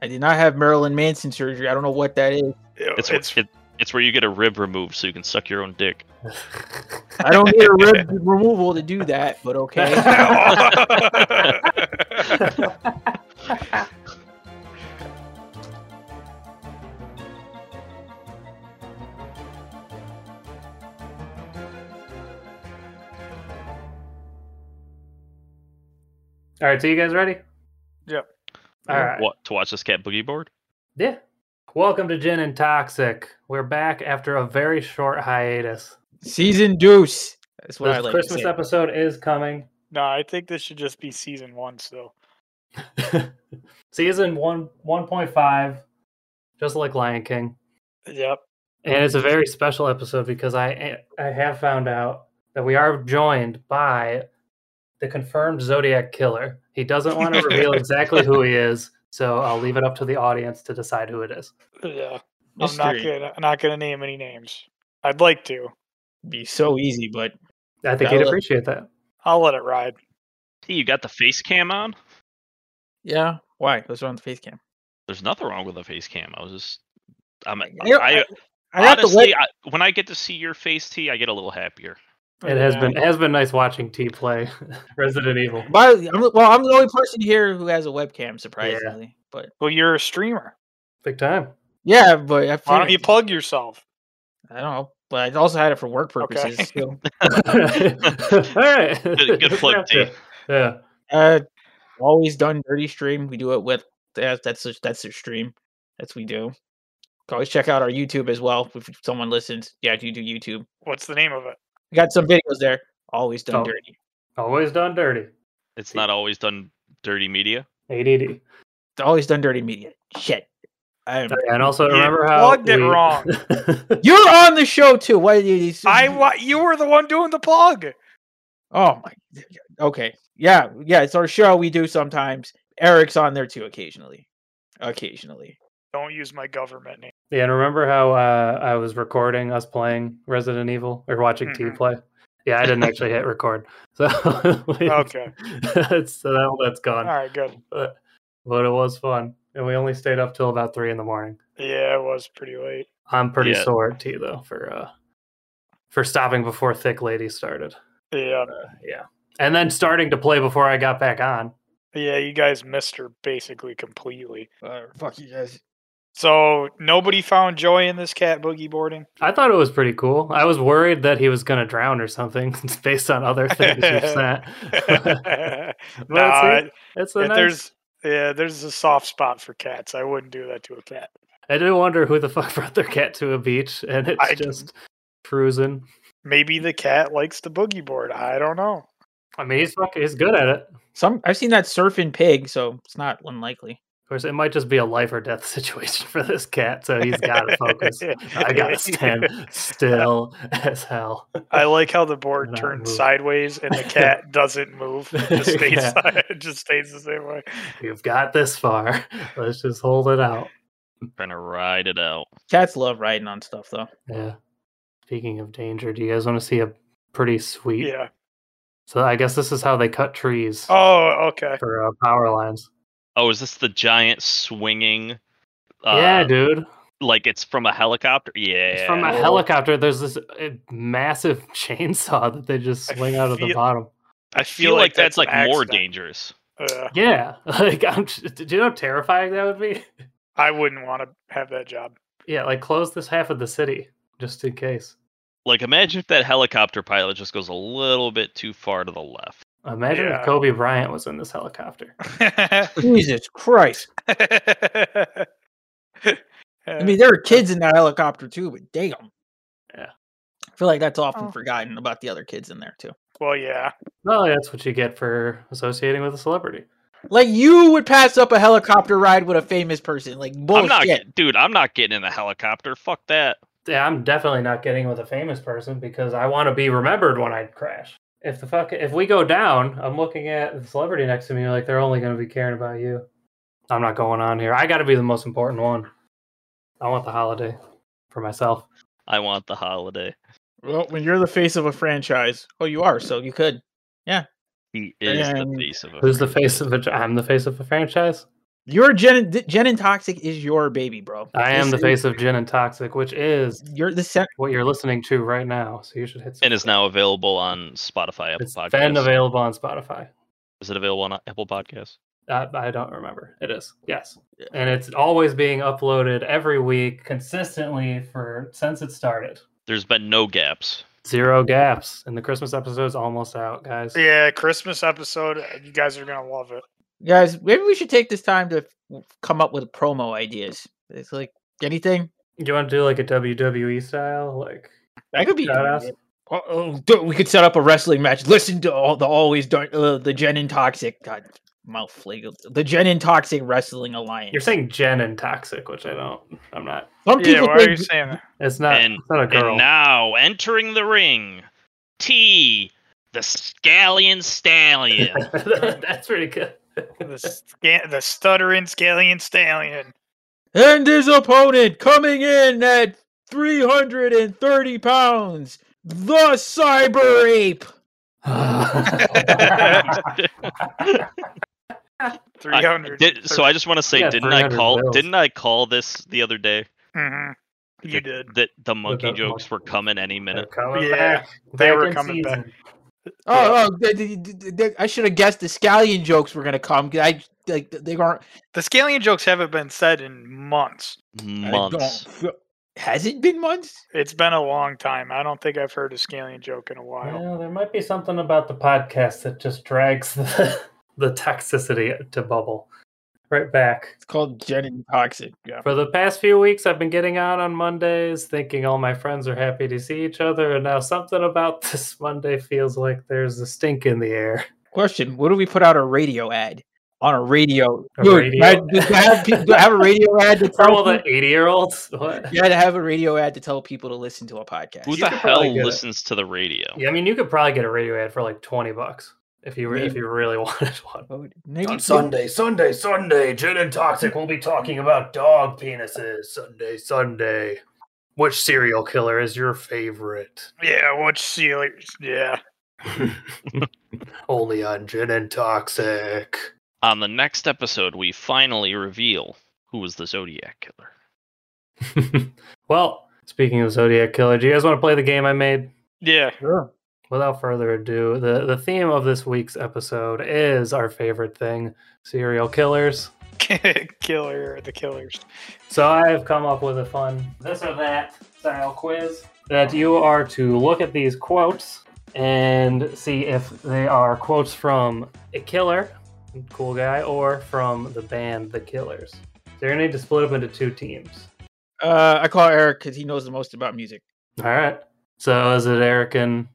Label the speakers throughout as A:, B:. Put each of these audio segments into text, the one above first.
A: I did not have Marilyn Manson surgery. I don't know what that is.
B: It's it's, it, it's where you get a rib removed so you can suck your own dick.
A: I don't need a rib removal to do that, but okay.
C: All right, so you guys ready?
D: Yep.
C: All right.
B: What to watch this cat boogie board?
C: Yeah. Welcome to Gin and Toxic. We're back after a very short hiatus.
A: Season deuce. That's what
C: This
A: I like.
C: Christmas
A: to say.
C: episode is coming.
D: no, I think this should just be season one still.
C: Season one one point five, just like Lion King.
D: Yep.
C: And it's a very special episode because I I have found out that we are joined by the confirmed Zodiac killer. He doesn't want to reveal exactly who he is, so I'll leave it up to the audience to decide who it is.
D: Yeah. I'm not
A: Mystery.
D: gonna I'm not gonna name any names. I'd like to.
A: be so easy, but
C: I think
A: I'll
C: he'd
A: let-
C: appreciate that.
D: I'll let it ride.
B: Hey, you got the face cam on?
A: yeah. Why? Let's run the face cam.
B: There's nothing wrong with the face cam. I was just, I'm, I,
A: I, I have to let-
B: honestly, I, when I get to see your face, T, I get a little happier.
C: It has
D: Yeah.
C: been it has been nice watching T play Resident Evil.
A: By, I'm, well, I'm the only person here who has a webcam, surprisingly. But
D: Well, you're a streamer.
C: Big time.
A: yeah, but I,
D: Why don't you
A: figured-
D: plug yourself?
A: I don't know. But I also had it for work
D: Okay.
A: purposes. so,
C: All right.
B: Good- good plug, T.
C: Yeah.
A: uh, always done dirty stream. We do it with that's that's the- that's their stream. That's what we do. Always check out our YouTube as well. If someone listens, yeah, you do YouTube.
D: What's the name of it?
A: We got some videos there. Always done
C: Oh.
A: dirty.
C: Always done dirty.
B: It's not always done dirty media.
C: ADD.
A: Always done dirty media. Shit. I am.
C: And also
D: You
C: remember how
D: plugged it wrong.
A: You're on the show too. Why did you?
D: I wa- you were the one doing the plug.
A: Oh my. Okay. Yeah. Yeah. It's our show. We do sometimes. Eric's on there too occasionally. Occasionally.
D: Don't use my government name.
C: Yeah, and remember how uh, I was recording us playing Resident Evil or watching T
D: Mhm.
C: play? Yeah, I didn't actually hit record. So we-
D: Okay.
C: that's so that, that's
D: All
C: gone.
D: right, good.
C: But, but it was fun. And we only stayed up till about three in the morning.
D: Yeah, it was pretty late.
C: I'm pretty
B: Yeah.
C: sore at T though for uh for stopping before Thick Lady started.
D: Yeah.
C: Yeah. And then starting to play before I got back on.
D: Yeah, you guys missed her basically completely.
A: Uh, fuck you guys.
D: So nobody found joy in this cat boogie boarding.
C: I thought it was pretty cool. I was worried that he was going to drown or something based on other things you sent.
D: nah,
C: Well, it's a
D: if
C: nice,
D: there's yeah, there's a soft spot for cats. I wouldn't do that to a cat.
C: I did wonder who the fuck brought their cat to a beach and it's
D: I-
C: just cruising.
D: Maybe the cat likes the boogie board. I don't know.
C: I mean, he's fucking, he's good at it. Of
A: Some I've seen that surfing pig, so it's not unlikely.
C: course, it might just be a life or death situation for this cat, so he's got to focus. I got to stand still as hell.
D: I like how the board
C: Not
D: turned
C: move.
D: sideways and the cat doesn't move. It just stays,
C: Yeah.
D: side- it just stays the same way.
C: You've got this far. Let's just hold it out.
B: trying to ride it out.
A: Cats love riding on stuff though.
C: Yeah. Speaking of danger, do you guys want to see a pretty sweet?
D: Yeah.
C: So I guess this is how they cut trees
D: Oh, okay.
C: for uh, power lines.
B: Oh, is this the giant swinging? Uh,
C: yeah, dude.
B: Like it's from a helicopter. Yeah,
C: It's from a helicopter. There's this uh, massive chainsaw that they just
D: I
C: swing out of the
D: feel-
C: bottom.
B: I feel like that's, like
D: an
B: more
D: accident.
B: dangerous.
D: Yeah.
C: Yeah, like I'm. Just, do you know how terrifying that would be?
D: I wouldn't want to have that job.
C: Yeah, like close this half of the city just in case.
B: Like imagine if that helicopter pilot just goes a little bit too far to the left.
C: Imagine
D: Yeah.
C: if Kobe Bryant was in this helicopter.
A: Jesus Christ. I mean, there are kids in that helicopter too, but damn.
C: Yeah.
A: I feel like that's often
D: Oh.
A: forgotten about the other kids in there too.
D: well, yeah.
C: Well, that's what you get for associating with a celebrity.
A: Like you would pass up a helicopter ride with a famous person. Like
B: I'm not,
A: bullshit.
B: get- dude. I'm not getting in a helicopter. Fuck that.
C: Yeah, I'm definitely not getting with a famous person because I want to be remembered when I crash. If the fuck, if we go down, I'm looking at the celebrity next to me like they're only going to be caring about you. I'm not going on here. I got to be the most important one. I want the holiday for myself.
B: I want the holiday.
A: Well, when you're the face of a franchise, oh, you are, so you could.
B: He is
A: And
B: the face of a.
C: Who's the
B: franchise.
C: face of a? I'm the face of a franchise.
A: Your Gen th- Gen and Toxic is your baby, bro.
C: I am the
A: This is-
C: face of Gin and Toxic, which is
A: You're the center.
C: what you're listening to right now. So you should hit.
B: and is
C: subscribe.
B: now available on Spotify, Apple
C: It's
B: Podcasts.
C: been available on Spotify.
B: is it available on Apple Podcasts?
C: Uh, I don't remember. It is yes, and it's always being uploaded every week consistently for since it started.
B: There's been no gaps.
C: Zero gaps, and the Christmas episode's almost out, guys.
D: Yeah, Christmas episode. uh, You guys are gonna love it.
A: Guys, maybe we should take this time to f- come up with promo ideas. It's like anything
C: You want to do like a WWE style, like
A: that could be.
C: Shout-outs?
A: Oh, oh, dude, we could set up a wrestling match. Listen to all the always done uh, the Gen and Toxic. God, mouth flagrant. The Gen and Toxic Wrestling Alliance.
C: You're saying Jen and Toxic, which I don't. I'm not.
A: Some
D: Yeah,
A: people
D: why are you
A: think
D: saying that?
C: It's not.
B: And-
C: it's not a girl.
B: And now entering the ring, T, the Scallion Stallion.
C: That's pretty good.
D: The, sca- the stuttering scallion stallion.
A: And his opponent coming in at 330 pounds, the Cyber Ape.
D: Three hundred.
B: Did, so I just want to say,
C: Yeah,
B: didn't I
C: 300
B: call?
C: bills.
B: Didn't I call this the other day?
D: Mm-hmm. You
B: that-
D: did.
B: That the monkey
C: the
B: jokes were
C: monkey.
B: coming any minute.
C: Coming
D: Yeah,
C: back.
D: they
C: Back
D: were
C: in
D: coming back.
C: season.
A: Oh, oh th- th- th- th- th- I should have guessed the scallion jokes were gonna come. 'cause I like th- they aren't.
D: The scallion jokes haven't been said in months.
B: Months.
A: I don't, has it been months?
D: It's been a long time. I don't think I've heard a scallion joke in a while.
C: Well, there might be something about the podcast that just drags the, the toxicity to bubble right back.
A: It's called Gen and Toxic. Yeah.
C: For the past few weeks, I've been getting out on Mondays, thinking all my friends are happy to see each other, and now something about this Monday feels like there's a stink in the air.
A: Question: What do we put out a radio ad on a radio?
C: A
A: Dude,
C: radio
A: I, do I have, pe- do I have a radio ad to
C: For
A: tell
C: all the
A: people-
C: 80 year olds? What?
A: Yeah, to have a radio ad to tell people to listen to a podcast.
B: Who
C: You
B: the
C: could
B: hell
C: probably get it.
B: listens to the radio?
C: Yeah, I mean, you could probably get a radio ad for like 20 bucks if you, re- if
A: Maybe.
C: you really wanted one.
A: Oh, maybe
E: On
A: do-
E: Sunday, Sunday, Sunday, Gin and Toxic will be talking about dog penises. Sunday, Sunday. Which serial killer is your favorite?
D: Yeah, watch Sealers. Yeah.
E: Only on Gin and Toxic.
B: On the next episode, we finally reveal who was the Zodiac killer.
C: well, speaking of Zodiac Killer, do you guys want to play the game I made?
D: Yeah.
A: Sure.
C: Without further ado, the, the theme of this week's episode is our favorite thing serial killers.
D: Killer, the killers.
C: So I've come up with a fun this or that style quiz that you are to look at these quotes and see if they are quotes from a killer, cool guy, or from the band The Killers. So you're gonna need to split up into two teams.
A: Uh, I call Eric because he knows the most about music.
C: All right. So is it Eric and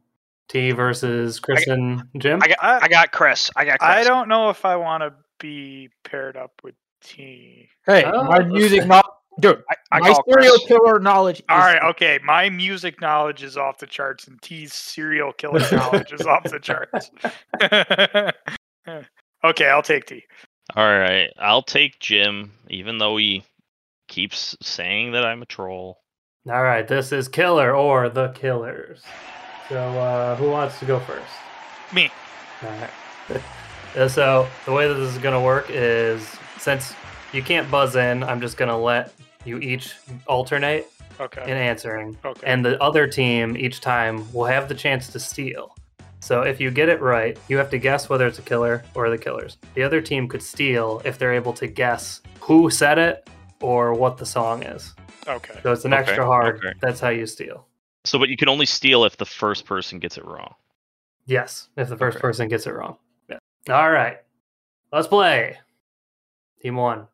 C: T versus Chris and Jim?
F: I got,
D: I-
F: I got Chris. I got Chris.
D: I don't know if I want to be paired up with T.
A: Hey,
C: Oh.
A: my music knowledge, dude.
F: I
A: my
F: call
A: serial
F: Chris.
A: killer knowledge. Is,
D: All right, okay. My music knowledge is off the charts, and T's serial killer knowledge is off the charts. okay, I'll take T.
B: All right, I'll take Jim, even though he keeps saying that I'm a troll.
C: All right. This is Killer or The Killers. So uh, who wants to go first?
D: Me.
C: All right. Uh, so the way that this is gonna work is since you can't buzz in, I'm just gonna let you each alternate
D: Okay.
C: in answering.
D: Okay.
C: and the other team each time will have the chance to steal. So if you get it right, you have to guess whether it's a killer or the killers. The other team could steal if they're able to guess who said it or what the song is.
D: okay.
C: So it's an
B: Okay,
C: extra hard.
B: okay.
C: That's how you steal.
B: So, but you can only steal if the first person gets it wrong.
C: Yes, if the first
B: Okay.
C: person gets it wrong. Yeah. All right. Let's play. Team 1.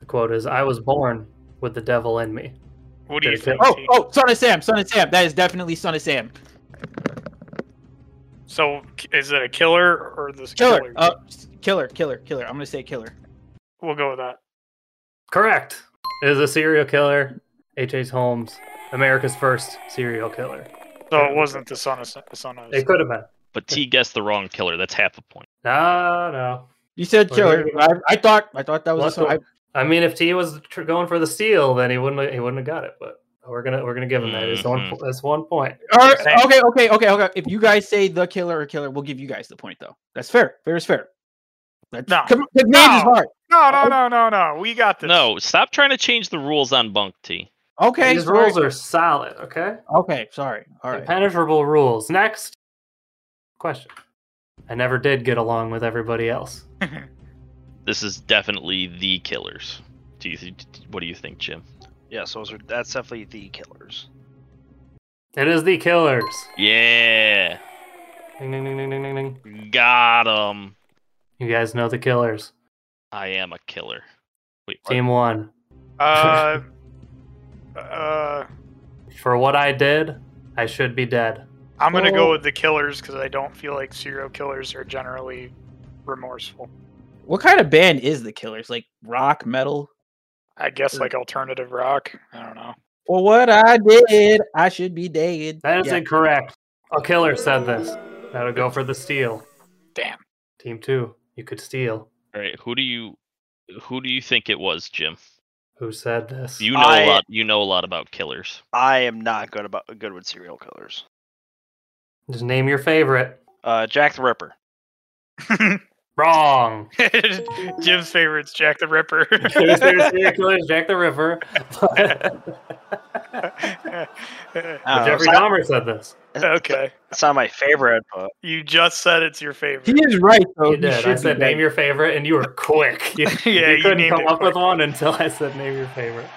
C: The quote is I was born with the devil in me.
D: What do you
C: Did it
D: think?
A: Oh,
D: T?
A: oh, son of Sam, son of Sam. That is definitely son of Sam.
D: So k- is it a killer or this killer?
A: Killer, uh, s- killer, killer, killer. I'm gonna say killer.
D: we'll go with that.
C: Correct. It is a serial killer. H.H. Holmes, America's first serial killer.
D: So it wasn't the son of S- son of.
C: It could have been.
B: But T guessed the wrong killer. That's half a point.
C: No, no.
A: You said
C: Well, Oh, there
A: killer.
C: you
A: I, I thought, I thought that was. a
C: Let's
A: son-
C: go-
A: I,
C: I mean, if T was tr- going for the steal, then he wouldn't. He wouldn't have got it. But we're gonna we're gonna give him that. It's one.
B: Mhm.
C: That's one point.
A: all right,
D: Sam.
A: okay, okay, okay, okay. If you guys say the killer or killer, we'll give you guys the point though. That's fair. Fair is fair. That's,
D: No.
A: Come, command his
D: No.
A: heart.
D: No, no, no, no, no. We got this.
B: No, stop trying to change the rules on bunk tea.
A: Okay.
C: These
A: sorry.
C: rules are solid, okay?
A: okay. Sorry. All right.
C: Impenetrable rules. Next question. I never did get along with everybody else.
B: This is definitely the killers. Do you? Th- what do you think, Jim?
F: Yes, those are that's definitely the killers.
C: It is the killers.
B: Yeah,
C: Ding, ding, ding, ding, ding, ding, ding.
B: got 'em.
C: You guys know the killers.
B: I am a killer. Wait, what?
C: Team one.
D: Uh, uh,
C: For what I did, I should be dead.
D: I'm gonna
A: Oh.
D: go with the killers because I don't feel like serial killers are generally remorseful.
A: What kind of band is the Killers? Like rock, metal?
D: I guess like alternative rock. I don't know.
A: For what I did, I should be dead.
C: That is
A: Yeah.
C: incorrect. A killer said this. That'll go for the steal.
D: Damn.
C: Team two. You could steal.
B: All right, who do you? Who do you think it was, Jim?
C: Who said this?
B: You know
F: I-
B: a lot. You know a lot about killers.
F: I am not good about good with serial killers.
C: Just name your favorite.
F: Uh, Jack the Ripper.
C: Wrong.
D: Jim's favorite's Jack the Ripper.
C: Serial killers, Jack the River.
A: Uh,
F: I don't know,
C: Jeffrey
F: it's, not,
C: Dahmer said this.
D: okay,
F: Uh, it's not my favorite, but
D: you just said it's your
A: He
D: favorite.
A: is right though.
C: You did. I
A: Oh, should
C: said
A: be
C: name
A: dead.
C: your favorite, and you were quick. You,
D: Yeah,
C: you
D: you
C: couldn't
D: named
C: come
D: it
C: up with
D: quick.
C: one until I said name your favorite.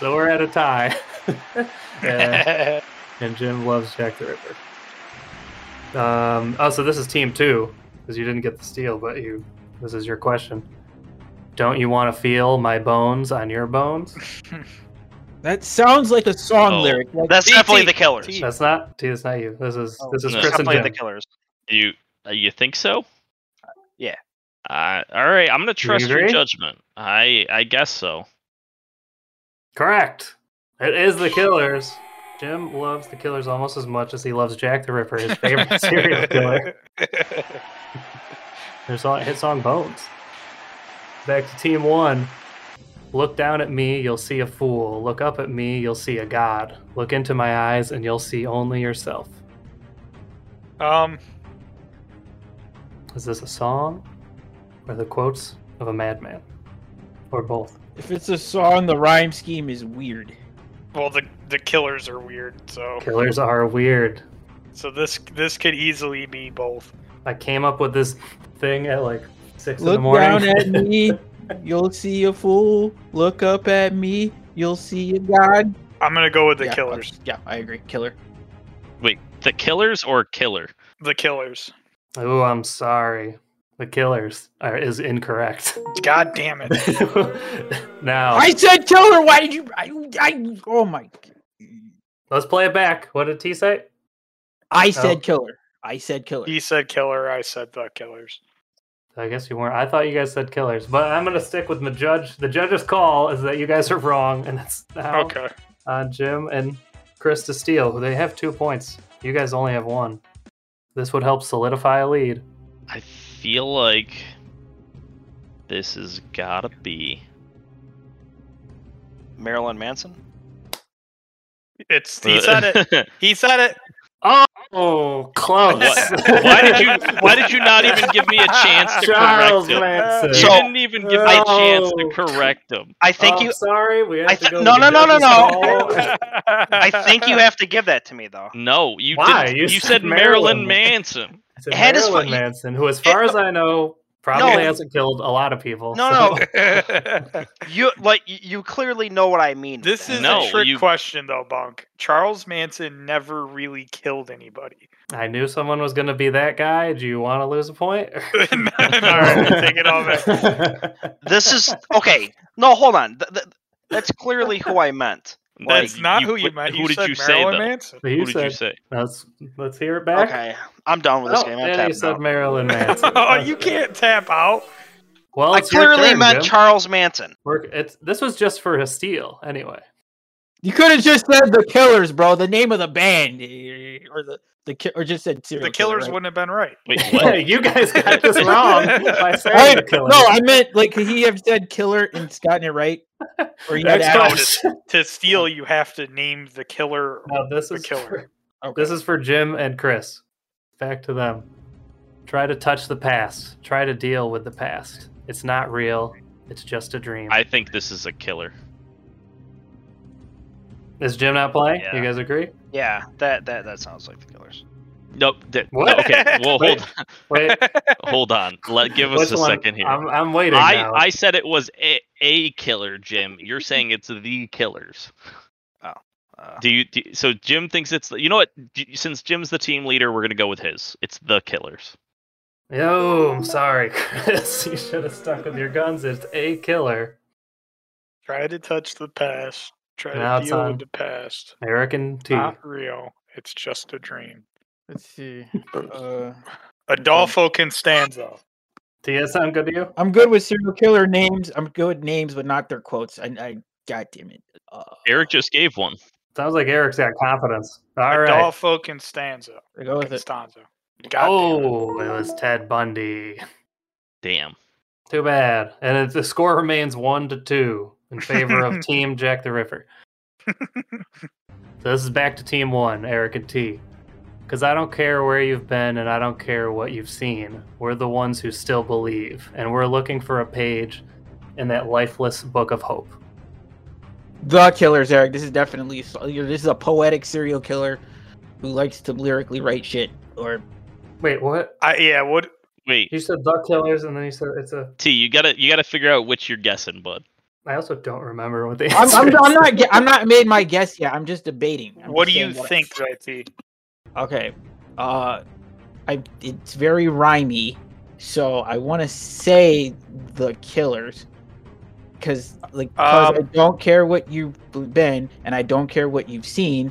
C: So we're at a tie. Yeah, and Jim loves Jack the Ripper. Um, oh, so this is team two because you didn't get the steal, but you. This is your question. Don't you want to feel my bones on your bones?
A: That sounds like a song
B: Oh,
A: lyric. Like,
F: that's
B: T,
F: definitely
B: T,
F: the killers.
B: T.
C: That's not. That's not you. This is.
A: Oh,
C: this is
B: no.
C: Chris and
F: definitely
C: Jim.
F: the killers.
B: You uh, you think so?
F: Yeah.
B: Uh, all right, I'm gonna trust your
C: agree?
B: judgment. I I guess so.
C: Correct. It is the Killers. Jim loves the Killers almost as much as he loves Jack the Ripper, his favorite serial killer. Their song, hit song Bones. Back to Team One. Look down at me, you'll see a fool. Look up at me, you'll see a god. Look into my eyes, and you'll see only yourself.
D: Um,
C: Is this a song, or the quotes of a madman, or both?
A: if it's a song, the rhyme scheme is weird.
D: well, the the killers are weird, so
C: Killers are weird.
D: so this this could easily be both.
C: I came up with this thing at like six in the
A: Look
C: morning.
A: down at me, you'll see a fool. Look up at me, you'll see a god.
D: I'm gonna go with the
A: Yeah, I-
D: killers.
A: Yeah, I agree. Killer.
B: Wait, the killers or killer?
D: The killers.
C: Oh, I'm sorry. The Killers are, is incorrect.
D: God damn it.
C: now,
A: I said killer. Why did you? I, I oh my!
C: let's play it back. What did T say?
A: I
C: Oh.
A: said killer. I said killer.
D: He said killer. I said the killers.
C: I guess you weren't. I thought you guys said Killers, but I'm going to stick with the judge. The judge's call is that you guys are wrong, and that's now
D: Okay.
C: on Jim and Chris to steal. They have two points. You guys only have one. This would help solidify a lead.
B: I feel like this has gotta be.
F: Marilyn Manson.
D: It's he said it. He said it.
C: Oh, close.
B: why did you Why did you not even give me a chance to
C: Charles
B: correct him?
C: Manson.
B: You
F: So-
B: didn't even give me a chance to
C: No.
B: correct him.
F: I think
C: Oh,
F: you.
C: Sorry, we have
F: I
C: to
F: thi-
C: go.
F: no,
C: with
F: no,
C: the
F: no, no,
C: judge's call.
F: I think you have to give that to me though.
B: No, you
C: Why?
B: didn't.
C: You
B: You,
C: said
B: said Marilyn
C: Marilyn.
B: Manson.
C: It's a
F: It had his
C: Marilyn
F: fu-
C: Manson, who, as far as I know, probably
F: No.
C: hasn't killed a lot of people.
F: No,
C: so-
F: no, you like you- you clearly know what I mean. with
D: This
F: that.
D: is
B: No,
D: a trick
B: you-
D: question though, Bunk. Charles Manson never really killed anybody.
C: I knew someone was going to be that guy. Do you want to lose a point?
D: All right, I take it all back.
F: This is okay. No, hold on. Th- th- that's clearly who I meant.
D: That's
B: Like,
D: not who you
B: what-
D: meant.
B: Who
D: you
B: did
D: said
B: you
D: Marilyn
B: say though?
D: Manson.
C: So
B: Who
C: you
B: did
C: said,
B: you say?
C: Let's, let's hear it back.
F: Okay, I'm done with this
C: Oh,
F: game. I'm
C: and he
F: tapping
C: said
F: out.
C: Marilyn Manson.
D: oh, you can't tap out.
C: Well,
F: I
C: it's your
F: clearly
C: turn,
F: meant
C: Jim.
F: Charles Manson.
C: We're- it's, this was just for a steal, anyway.
A: you could have just said the killers, bro. The name of the band, eh, or the the ki- or just said serial
D: The
A: killer,
D: killers
A: right?
D: wouldn't have been right.
B: Wait,
C: Yeah,
B: what?
C: you guys got this wrong by saying
A: Right,
C: the killer.
A: No, I meant like he have said killer and it's gotten it right. Or you had
C: Next
A: to add-
C: question.
D: To steal, you have to name the killer.
C: No, this
D: The
C: is
D: killer.
C: for-
A: Okay.
C: This is for Jim and Chris. Back to them. Try to touch the past. Try to deal with the past. It's not real. It's just a dream.
B: I think this is a killer.
C: Is Jim not playing?
B: Yeah.
C: You guys agree?
F: Yeah, that that that sounds like the killers.
B: Nope. that-
C: What?
B: Okay. Well,
C: Wait.
B: hold
C: Wait,
B: hold on. Let give us
C: which
B: a
C: one?
B: second here.
C: I'm, I'm waiting.
B: I,
C: now.
B: I said it was a, a killer, Jim. You're saying it's the killers.
F: Uh,
B: Do you? Do, so Jim thinks it's. the- You know what? J- Since Jim's the team leader, we're gonna go with his. It's the killers.
C: Oh, I'm sorry, Chris. You should have stuck with your guns. It's a killer.
D: Try to touch the past. Try
C: Now
D: to
C: it's
D: deal
C: on.
A: um,
D: with the past.
C: Eric and T.
D: Not real. It's just a dream.
A: Let's see. Uh,
D: Adolfo Constanzo.
C: T, that sound good to you?
A: I'm good with serial killer names. I'm good with names, but not their quotes. I, I God damn it. Uh,
B: Eric just gave one.
C: Sounds like Eric's got confidence. All right.
D: Adolfo Constanzo.
A: I go with it.
D: Constanzo. God
C: Oh, it was Ted Bundy.
B: Damn.
C: Too bad. And it, the score remains one to two in favor of Team Jack the Ripper. so this is back to Team One, Eric and T. Because I don't care where you've been and I don't care what you've seen. We're the ones who still believe, and we're looking for a page in that lifeless book of hope.
A: The killers, Eric. This is definitely s- you're- this is a poetic serial killer who likes to lyrically write shit. Or
C: Wait, what?
D: I, yeah, what?
B: Wait,
C: You said Duck Killers, and then you said it's a.
B: T, you gotta you gotta figure out which you're guessing, bud.
C: I also don't remember what the
A: I'm,
C: answer
A: I'm,
C: is.
A: I'm not. ge- I'm not made my guess yet. I'm just debating. I'm
D: What do
A: just
D: you
A: saying I-
D: think, JT?
A: Okay. Uh, I it's very rhymey, so I want to say the killers, because like 'cause I
D: Um,
A: don't care what you've been and I don't care what you've seen.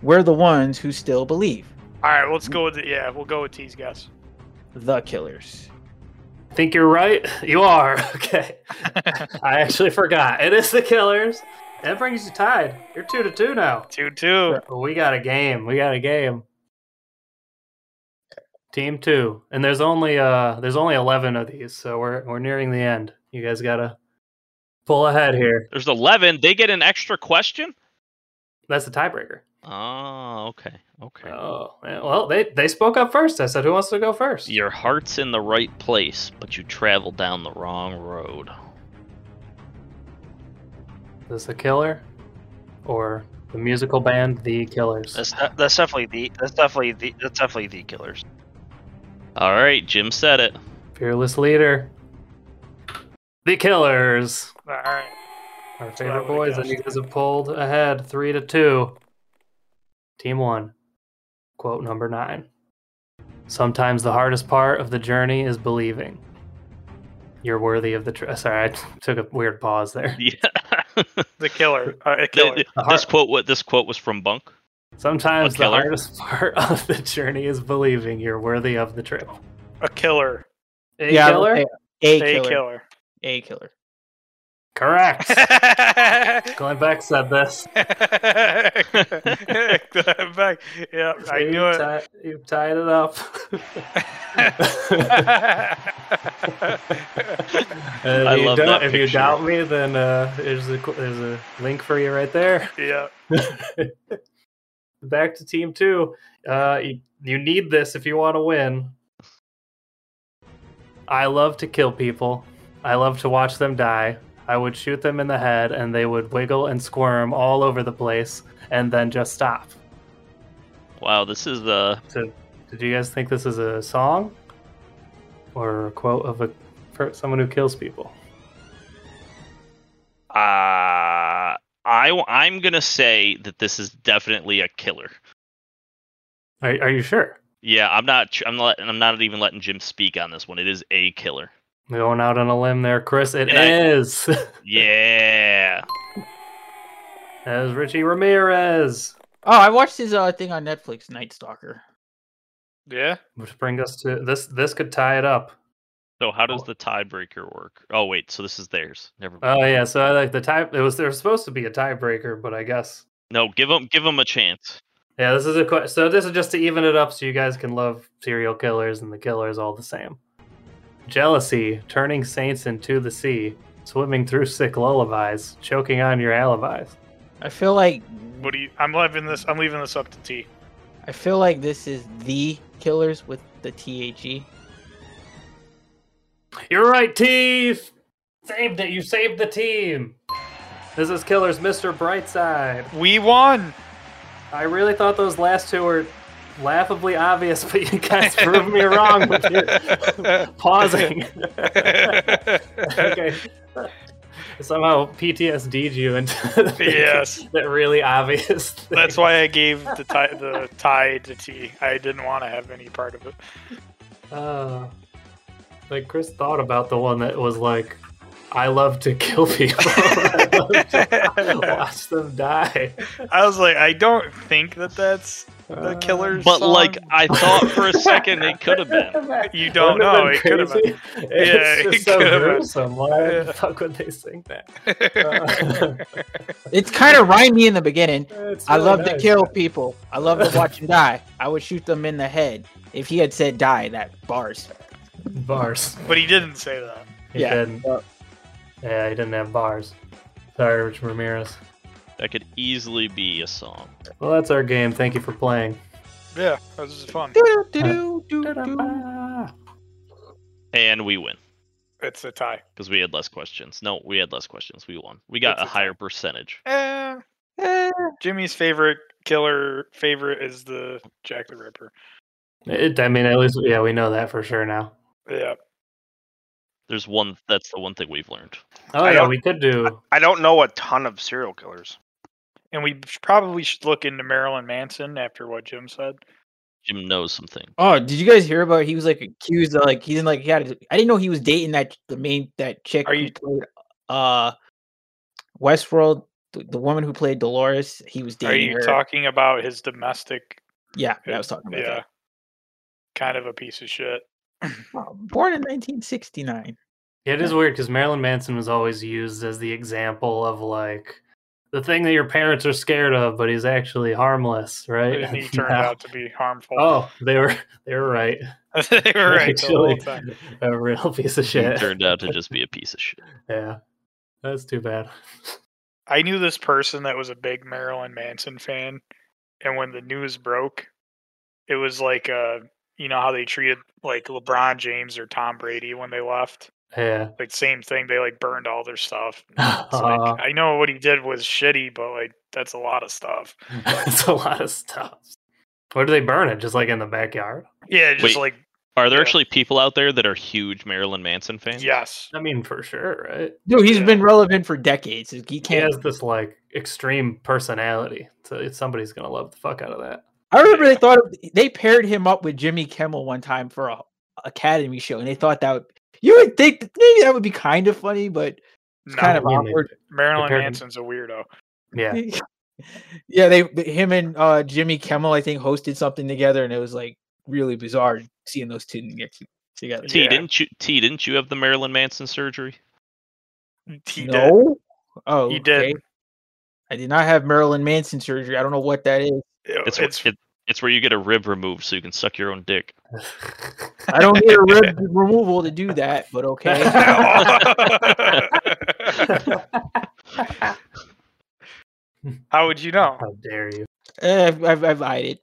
A: We're the ones who still believe.
D: All right, let's go with it. Yeah, we'll go with T's guess.
A: The killers.
C: Think you're right? You are. Okay. I actually forgot. It is the Killers. That brings you tied. You're two to two now.
D: Two two.
C: Well, We got a game. We got a game. Team two, and there's only uh there's only eleven of these, so we're we're nearing the end. You guys gotta pull ahead here.
B: There's eleven. They get an extra question.
C: That's the tiebreaker.
B: Oh, okay, okay.
C: Oh yeah, well, they they spoke up first. I said, who wants to go first?
B: Your heart's in the right place, but you traveled down the wrong road.
C: Is the Killer or the musical band The Killers?
F: that's de- that's definitely the that's definitely the that's definitely the killers.
B: All right, Jim said it.
C: Fearless leader. The Killers.
D: All right.
C: Our
D: what I
C: favorite
D: would've
C: boys, and you guys have pulled ahead three to two. Team one, quote number nine. Sometimes the hardest part of the journey is believing. You're worthy of the. Tr- uh, Sorry, I took a weird pause there.
B: Yeah.
D: The killer. Uh, a killer.
B: Th- this quote. wa- This quote was from Bunk.
C: Sometimes the
B: killer.
C: hardest part of the journey is believing you're worthy of the trip.
D: A killer.
C: A
A: Yeah, I would
C: killer?
A: say A
D: A
A: killer.
D: killer.
A: A killer.
C: Correct. Glenn Beck said this.
D: Back. Yeah, I
C: you
D: knew it.
C: ti- you tied it up. And
B: I
C: if you
B: love
C: don't-
B: that
C: If you
B: picture.
C: doubt me, then uh, there's a qu- there's a link for you right there.
D: yeah.
C: Back to team two. Uh, you, you need this if you want to win. I love to kill people. I love to watch them die. I would shoot them in the head, and they would wiggle and squirm all over the place, and then just stop.
B: Wow, this is uh, the
C: Did you guys think this is a song or a quote of a for someone who kills people?
B: uh I w- I'm gonna say that this is definitely a killer.
C: Are, are you sure?
B: Yeah, I'm not. tr- I'm not. I'm not even letting Jim speak on this one. It is a killer.
C: Going out on a limb there, Chris. It
B: And I-
C: is.
B: Yeah.
C: That is Richie Ramirez.
A: Oh, I watched his uh, thing on Netflix, Night Stalker.
D: Yeah.
C: Which brings us to this. This could tie it up.
B: So how does the tiebreaker work? Oh wait, so this is theirs. Never. mind.
C: Oh yeah. So like the tie. It was there was supposed to be a tiebreaker, but I guess
B: no, give them give them a chance.
C: yeah. This is a que- so this is just to even it up, so you guys can love serial killers and the killers all the same. Jealousy, turning saints into the sea, swimming through sick lullabies, choking on your alibis.
A: I feel like
D: What do you? I'm leaving this. I'm leaving this up to T.
A: I feel like this is the killers with the T H E.
C: You're right, Teeth. Saved it. You saved the team. This is Killer's Mr. Brightside.
D: We won.
C: I really thought those last two were laughably obvious, but you guys proved me wrong with your pausing. okay. Somehow PTSD'd you into thinking
D: Yes.
C: that really obvious. Thing.
D: That's why I gave the tie the tie to T. I didn't want to have any part of it.
C: Uh, like Chris thought about the one that was like, I love to kill people. I love to watch them die.
D: I was like, I don't think that that's the
C: Uh,
D: killer's.
B: But
D: song.
B: like, I thought for a second it could have been.
D: You don't
C: Wouldn't
D: know, it could've been.
C: crazy. It's
D: Yeah,
C: just
D: it
C: so
D: could've been.
C: gruesome. Why
D: Yeah.
C: the fuck would they sing that? Uh,
A: It's kind of rhymey in the beginning.
C: it's
A: I
C: really
A: love to
C: nice.
A: kill people. I love to watch them die. I would shoot them in the head. If he had said die, that bars.
C: bars.
D: but he didn't say that.
C: He
A: Yeah. Uh,
C: didn't. Yeah, he didn't have bars. Sorry, Rich Ramirez.
B: That could easily be a song.
C: Well, that's our game. Thank you for playing.
D: Yeah, that was just fun.
B: And we win
D: It's a tie.
B: because we had less questions. No, we had less questions. We won. We got
D: It's
B: a
D: a tie.
B: higher percentage.
D: Eh, eh. Jimmy's favorite killer favorite is the Jack the Ripper.
C: It, I mean, at least yeah, we know that for sure now.
D: Yeah,
B: There's one. That's the one thing we've learned.
C: Oh
F: I
C: yeah,
F: don't-
C: we could do.
F: I don't know a ton of serial killers.
D: and we sh- probably should look into Marilyn Manson after what Jim said.
B: Jim knows something.
A: Oh, did you guys hear about? He was like accused of like he's in like he had. I didn't know he was dating that the main that chick
D: Are
A: who
D: you-
A: played uh Westworld, the, the woman who played Dolores. He was
D: Are
A: dating
D: you
A: her.
D: talking about his domestic?
A: yeah, yeah, I was talking about
D: yeah,
A: that.
D: kind of a piece of shit.
A: Oh, born in 1969.
C: Yeah, it is weird because Marilyn Manson was always used as the example of like the thing that your parents are scared of, but he's actually harmless, right?
D: And he turned
C: Now-
D: out to be harmful.
C: Oh, they were they were right.
D: they were right the whole
C: actually,
D: time.
C: a real piece of
B: He
C: shit.
B: turned out to just be a piece of shit.
C: Yeah, that's too bad.
D: I knew this person that was a big Marilyn Manson fan, and when the news broke, it was like uh, you know how they treated like LeBron James or Tom Brady when they left.
C: Yeah.
D: Like same thing, they like burned all their stuff. It's
C: Aw,
D: like, I know what he did was shitty, but like that's a lot of stuff.
C: that's a lot of stuff. Where do they burn it? Just like in the backyard?
D: Yeah, just
B: Wait.
D: like
B: Are there
D: Yeah.
B: actually people out there that are huge Marilyn Manson fans?
D: yes,
C: I mean, for sure, right?
A: Dude, he's
D: Yeah.
A: been relevant for decades. He
C: He
A: can't.
C: has this like extreme personality, so it's- somebody's gonna love the fuck out of that.
A: I remember they thought of- they paired him up with Jimmy Kimmel one time for a Academy show, and they thought that would, you would think that maybe that would be kind of funny, but
D: no,
A: it's kind of
C: Really?
A: awkward.
D: Marilyn
C: compared to-
D: Manson's a weirdo.
C: Yeah,
A: yeah, they th- him and uh, Jimmy Kimmel, I think, hosted something together, and it was like really bizarre seeing those two get t- together.
B: T
D: Yeah.
B: didn't you T didn't you have the Marilyn Manson surgery?
D: He did.
A: no, oh,
D: He did.
A: okay. I did not have Marilyn Manson surgery. I don't know what that is.
D: It-
B: It's
D: Oh, It's,
B: wh- it- it's where you get a rib removed so you can suck your own dick.
A: I don't need a rib removal to do that, but okay.
D: how would you
A: Oh.
D: know?
C: how dare you?
A: Eh, I've, I've, I've eyed it.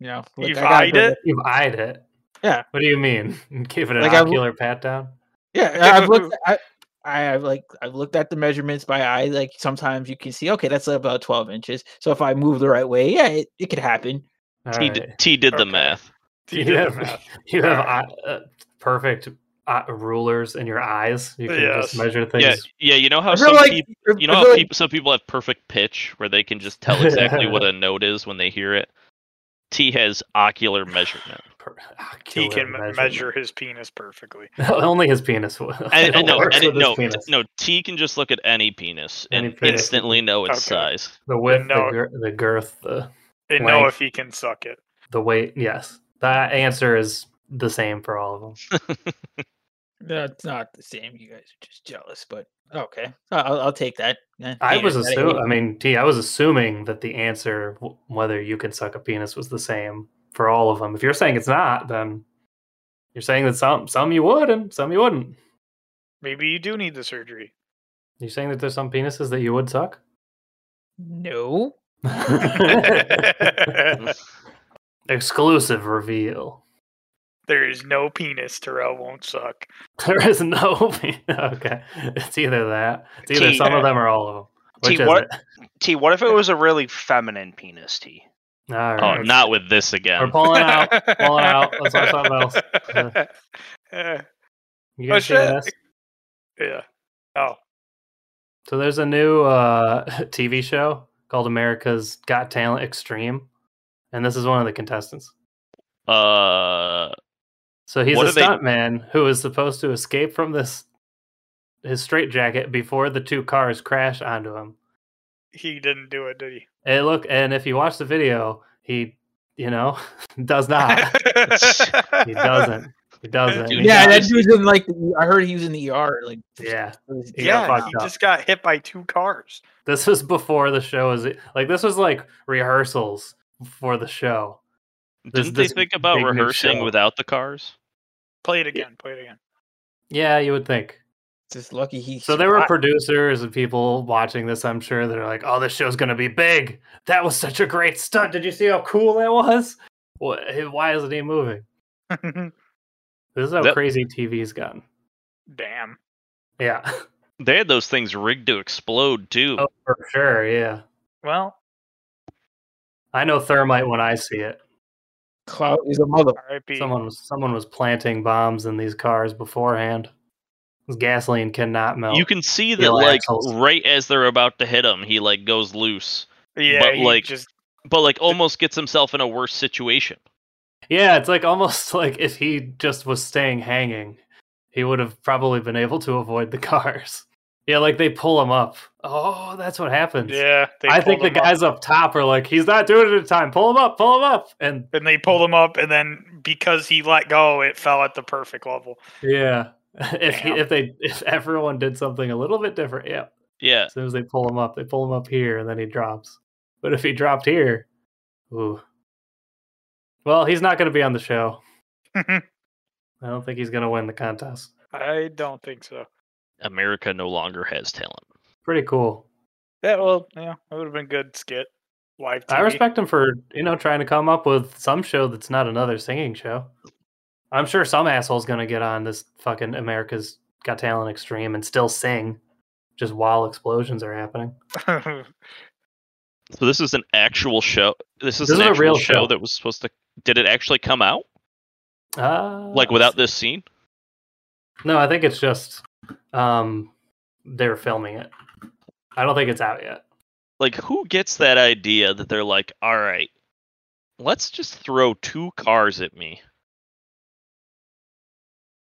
A: You know, like,
D: You've
A: I gotta
D: eyed
A: go
D: it?
A: with-
C: You've eyed it.
A: Yeah.
C: What do you mean? Give it an
A: Like, I've-
C: ocular pat down?
A: Yeah, I've looked. I, I- I've like I've looked at the measurements by eye. Like sometimes you can see, okay, that's about twelve inches. So if I move the right way, yeah, it, it could happen.
C: All
B: T, d-
C: right.
B: T did the
D: Okay.
B: math.
D: He
C: you
D: did the
C: have,
D: math.
C: you have
D: All right.
C: eye, uh, perfect eye, rulers in your eyes. You can
D: Yes.
C: just measure things.
B: Yeah, yeah. You know how
A: I
B: some
A: feel like
B: people,
A: I
B: you
A: feel
B: know how
A: like
B: people, some people have perfect pitch where they can just tell exactly what a note is when they hear it. T has ocular measurement.
C: Per-
D: He
C: ocular
D: can me-
C: measurement.
D: measure his penis perfectly.
C: Only his penis. will-
B: I, I
C: It'll
B: know,
C: work
B: I didn't-
C: with his
B: no,
C: penis.
B: no. T can just look at any penis and
C: Any penis.
B: instantly know its
D: Okay.
B: size.
C: The width,
D: no.
C: the, gir- the girth, the,
D: They know
C: Length.
D: if he can suck it.
C: the weight. Yes. That answer is the same for all of them.
A: that's not the same. You guys are just jealous, but okay, I- I'll, I'll take that. Eh,
C: I
A: can't
C: was
A: hurt that,
C: assuming.
A: hate
C: I mean, T. I was assuming that the answer, w- whether you can suck a penis, was the same for all of them. If you're saying it's not, then you're saying that some some you would and some you wouldn't.
D: Maybe you do need the surgery.
C: You're saying that there's some penises that you would suck.
A: no.
C: Exclusive reveal.
D: There is no penis Terrell won't suck.
C: There is no. okay, it's either that. It's either
F: T-
C: some of them or all of them.
F: T,
C: Which is
F: what-
C: it?
F: T, what if it was a really feminine penis, T?
C: All
B: Oh,
C: right.
B: not with this
C: We're
B: again.
C: pulling out. Pull it out. Let's watch something else.
D: Eh,
C: You
D: Oh,
C: guys see
D: shit.
C: this?
D: yeah. Oh,
C: So there's a new uh, TV show called America's Got Talent Extreme, and this is one of the contestants.
B: Uh,
C: So he's
B: What
C: a
B: do they-
C: stuntman who is supposed to escape from this his straitjacket before the two cars crash onto him.
D: he didn't do it, did he?
C: And look, and if you watch the video, he, you know, does not. he doesn't. He doesn't.
B: Dude,
C: He
A: Yeah,
C: got-
A: that dude's in like the- E, I heard he was in the ER. Like
C: yeah. He got
D: Yeah,
C: fucked
D: he
C: up.
D: just got hit by two cars.
C: This was before the show was like this was like rehearsals for the show. This-
B: didn't they
C: this
B: think about
C: big new
B: rehearsing
C: show.
B: without the cars?
D: Play it again. Play it again.
C: Yeah, you would think.
A: just lucky he.
C: So there were
A: survived.
C: producers and people watching this, I'm sure, that are like, "Oh, this show's gonna be big. That was such a great stunt. Did you see how cool that was? What, why isn't he moving? This is how
B: That-
C: crazy TV's gotten.
D: Damn.
C: Yeah,
B: They had those things rigged to explode too.
C: oh, for sure. Yeah,
D: Well,
C: I know thermite when I see it.
A: Clout is a mother.
D: R.I.P.
C: Someone was someone was planting bombs in these cars beforehand. This gasoline cannot melt.
B: You can see that,
C: Real
B: like,
C: assholes.
B: right as they're about to hit him, he like goes loose,
D: Yeah,
B: but,
D: he
B: like-
D: just
B: but like almost gets himself in a worse situation.
C: Yeah, it's like almost like if he just was staying hanging, he would have probably been able to avoid the cars. Yeah, like they pull him up. Oh, that's what happens.
D: yeah. They
C: I think
D: pulled
C: the
D: him up,
C: guys up. top are like, he's not doing it in time. Pull him up, pull him up. And
D: and they pulled him up, and then because he let go, it fell at the perfect level.
C: yeah, if he,
D: Damn.
C: if they if everyone did something a little bit different, yeah.
B: Yeah,
C: As soon as they pull him up, they pull him up here, and then he drops. But if he dropped here, ooh. Well, he's not going to be on the show. I don't think he's going to win the contest.
D: I don't think so.
B: America no longer has talent.
C: Pretty cool.
D: Yeah, well, yeah, that would have been good skit. Live TV.
C: I respect him for you know trying to come up with some show that's not another singing show. I'm sure some asshole's gonna get on this fucking America's Got Talent Extreme and still sing, just while explosions are happening.
B: So this is an actual show. This is
C: This
B: an
C: is a
B: actual
C: real
B: show,
C: show.
B: that was supposed to. Did it actually come out
C: Uh,
B: like without this scene?
C: No, I think it's just um they're filming it. I don't think it's out yet.
B: Like who gets that idea that they're like, all right, let's just throw two cars at me.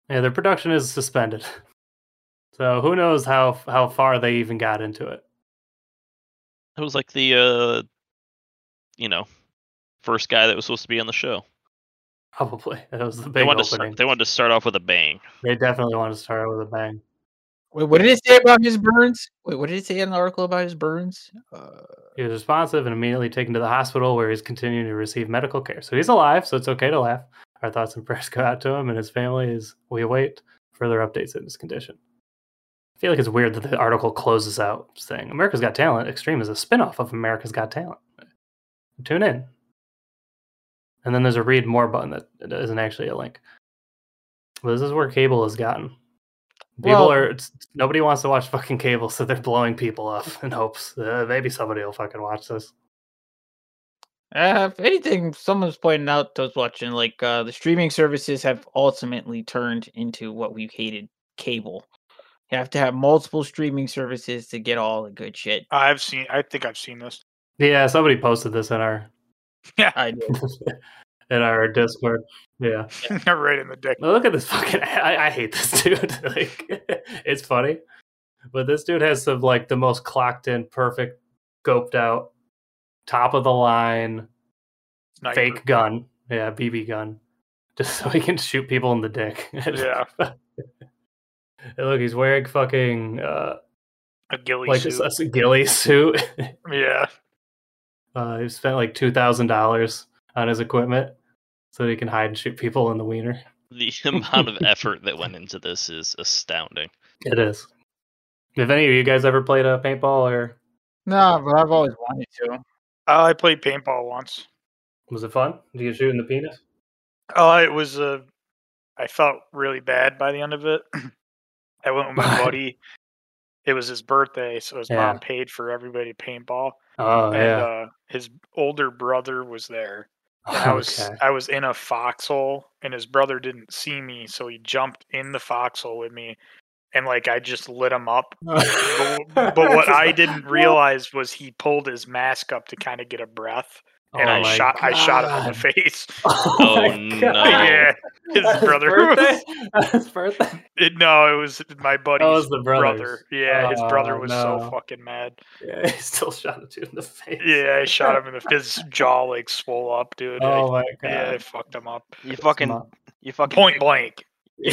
C: Yeah, their production is suspended, so who knows how how far they even got into it.
B: It was like the, uh, you know, first guy that was supposed to be on the show.
C: Probably that was
B: They
C: the big
B: wanted,
C: opening.
B: to start, they wanted to start off with a bang.
C: they definitely want to start with a bang.
A: Wait, what did it say about his burns? Wait, what did it say in the article about his burns? Uh,
C: He was responsive and immediately taken to the hospital where he's continuing to receive medical care. So he's alive, so it's okay to laugh. Our thoughts and prayers go out to him and his family as we await further updates in his condition. I feel like it's weird that the article closes out saying America's Got Talent Extreme is a spinoff of America's Got Talent. Tune in. And then there's a read more button that isn't actually a link. But this is where cable has gotten. People
A: Well-
C: are it's, nobody wants to watch fucking cable, so they're blowing people up in hopes uh, maybe somebody will fucking watch this.
A: Uh, if anything, someone's pointing out to us watching, like uh, the streaming services have ultimately turned into what we hated cable. You have to have multiple streaming services to get all the good shit.
D: I've seen. I think I've seen this.
C: Yeah, somebody posted this in our
A: I know.
C: in our Discord. Yeah,
D: right in the dick.
C: Now look at this fucking. I, I hate this dude. like, it's funny, but this dude has some like the most clocked in, perfect, scoped out, top of the line
D: Sniper.
C: fake gun. Yeah, BB gun, just so he can shoot people in the dick.
D: Yeah.
C: And look, he's wearing fucking. uh
D: A ghillie
C: like
D: suit.
C: a, s- a ghillie suit.
D: Yeah.
C: Uh, he spent like two thousand dollars on his equipment so that he can hide and shoot people in the wiener.
B: The amount of effort that went into this is astounding.
C: It is. If any of you guys ever played a paintball or
A: No, but I've always wanted to.
D: Uh, I played paintball once.
C: was it fun? Did you shoot in the penis?
D: Uh, it was a I felt really bad by the end of it. I went with my buddy. It was his birthday, so his
C: Yeah.
D: mom paid for everybody to paintball,
C: Oh
D: and uh, his older brother was there. And I uh, was
C: Okay.
D: I was in a foxhole, and his brother didn't see me, so he jumped in the foxhole with me, and like I just lit him up. But, but what I didn't realize was he pulled his mask up to kind of get a breath, and
C: Oh
D: I
C: my
D: shot I shot him in the
C: God.
D: face.
C: Oh,
B: Oh,
C: my
B: no.
C: God.
D: yeah, his
C: On
D: brother
C: birthday?
D: was.
C: On his birthday.
D: It, no, it was my buddy's
C: was the brothers.
D: brother. Yeah, his brother
C: Oh,
D: was
C: no.
D: so fucking mad.
C: Yeah, he still shot a dude in the face.
D: Yeah, I shot him in the his jaw like swole up, dude. I-
C: Oh my god.
D: yeah, I fucked him up.
F: You fucking, you fucking
D: Point blank.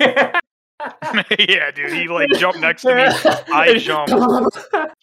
D: yeah, dude, he like jumped next to me. I jumped.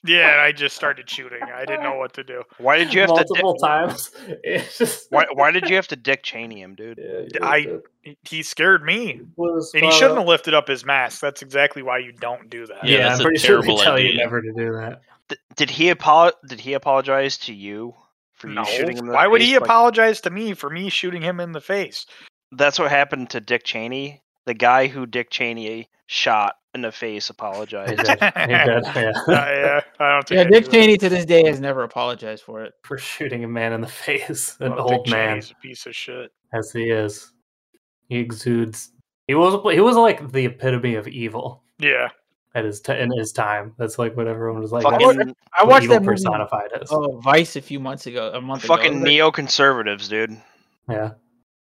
D: Yeah, and I just started shooting. I didn't know what to do.
F: Why did you have to? Dick,
C: multiple times. It's just
F: why, why did you have to Dick Cheney him, dude?
C: Yeah,
D: I-
C: did.
D: He- He scared me.
C: Blew his
D: And he
C: spot
D: shouldn't
C: up.
D: have lifted up his mask. That's exactly why you don't do that.
B: Yeah,
C: Yeah,
B: that's a
C: I'm pretty sure they
B: terrible
C: tell you
B: idea.
C: never to do that.
F: D- did he apolo- Did he apologize to you for you
D: No.
F: shooting him? in the
D: Why would
F: face
D: he
F: like-
D: apologize to me for me shooting him in the face?
F: That's what happened to Dick Cheney. The guy who Dick Cheney shot in the face
C: He
F: apologized.
C: did. He did. Yeah.
D: Uh, yeah, I don't think.
A: Yeah,
D: I
A: Dick
D: do.
A: Cheney to this day has never apologized for it.
C: For shooting a man in the face, an
D: Well,
C: old
D: Dick
C: man
D: Cheney's a piece of shit.
C: as he is. He exudes. He was he was like the epitome of evil
D: Yeah,
C: at his t- in his time. That's like what everyone was like.
F: fucking
C: that's
A: I
C: what
A: watched
C: evil
A: that movie,
C: personified as.
A: uh, Vice a few months ago, a month ago.
F: fucking
A: Like,
F: neoconservatives, dude.
C: Yeah,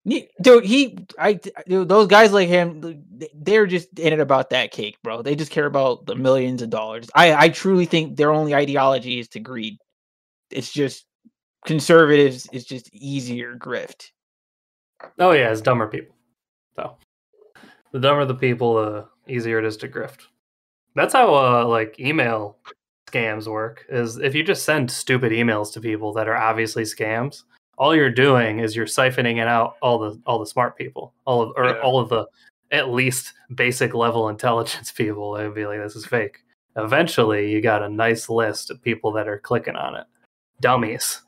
A: ne- dude, he, I, dude, those guys like him, th- th- they're just in it about that cake, bro. They just care about the millions of dollars. I, I truly think their only ideology is to greed. It's just conservatives. It's just easier grift.
C: Oh yeah, it's dumber people. So the dumber the people, the easier it is to grift. That's how uh, like email scams work. Is if you just send stupid emails to people that are obviously scams, all you're doing is you're siphoning it out all the all the smart people, all of or
D: Yeah.
C: all of the at least basic level intelligence people. They'd be like, this is fake. Eventually, you got a nice list of people that are clicking on it, dummies,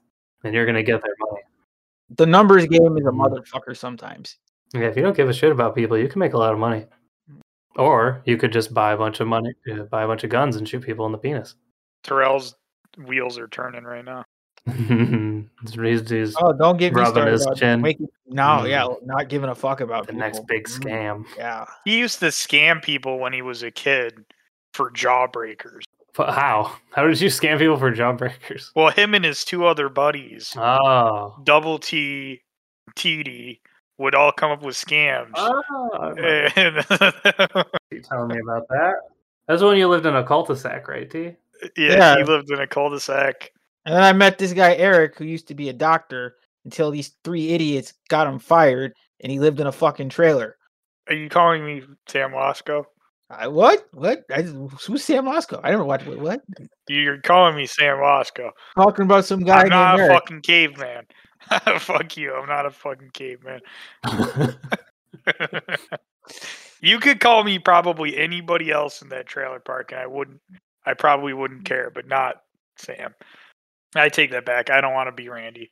C: and you're gonna get their money.
A: The numbers game is a
C: Mm.
A: motherfucker sometimes.
C: Yeah, if you don't give a shit about people, you can make a lot of money. Or you could just buy a bunch of money, uh, buy a bunch of guns, and shoot people in the penis.
D: Terrell's wheels are turning right now.
C: These dudes-
A: Oh, don't get me
C: Rubbing
A: started.
C: his
A: about
C: chin.
A: Making, no,
C: Mm.
A: yeah, not giving a fuck about
C: the next
A: people.
C: big
A: Mm,
C: scam.
A: Yeah.
D: He used to scam people when he was a kid for jawbreakers.
C: But how? How did you scam people for jawbreakers?
D: Well, him and his two other buddies,
C: Oh.
D: Double T, TD, would all come up with scams.
C: oh I
D: Ah.
C: remember
D: And-
C: you telling me about that? That's when you lived in a cul-de-sac, right, T?
D: yeah,
A: Yeah.
D: he lived in a cul-de-sac.
A: And then I met this guy Eric, who used to be a doctor until these three idiots got him fired, and he lived in a fucking trailer.
D: Are you calling me Sam Wasco?
A: I, what? What? I, just- who's Sam Moscow? I don't watch what, what?
D: You're calling me Sam Wasco.
A: Talking about some guy
D: I'm not
A: named
D: a
A: Eric.
D: fucking caveman. Fuck you. I'm not a fucking caveman. you could call me probably anybody else in that trailer park, and I wouldn't. I probably wouldn't care, but not Sam. I take that back. I don't want to be Randy.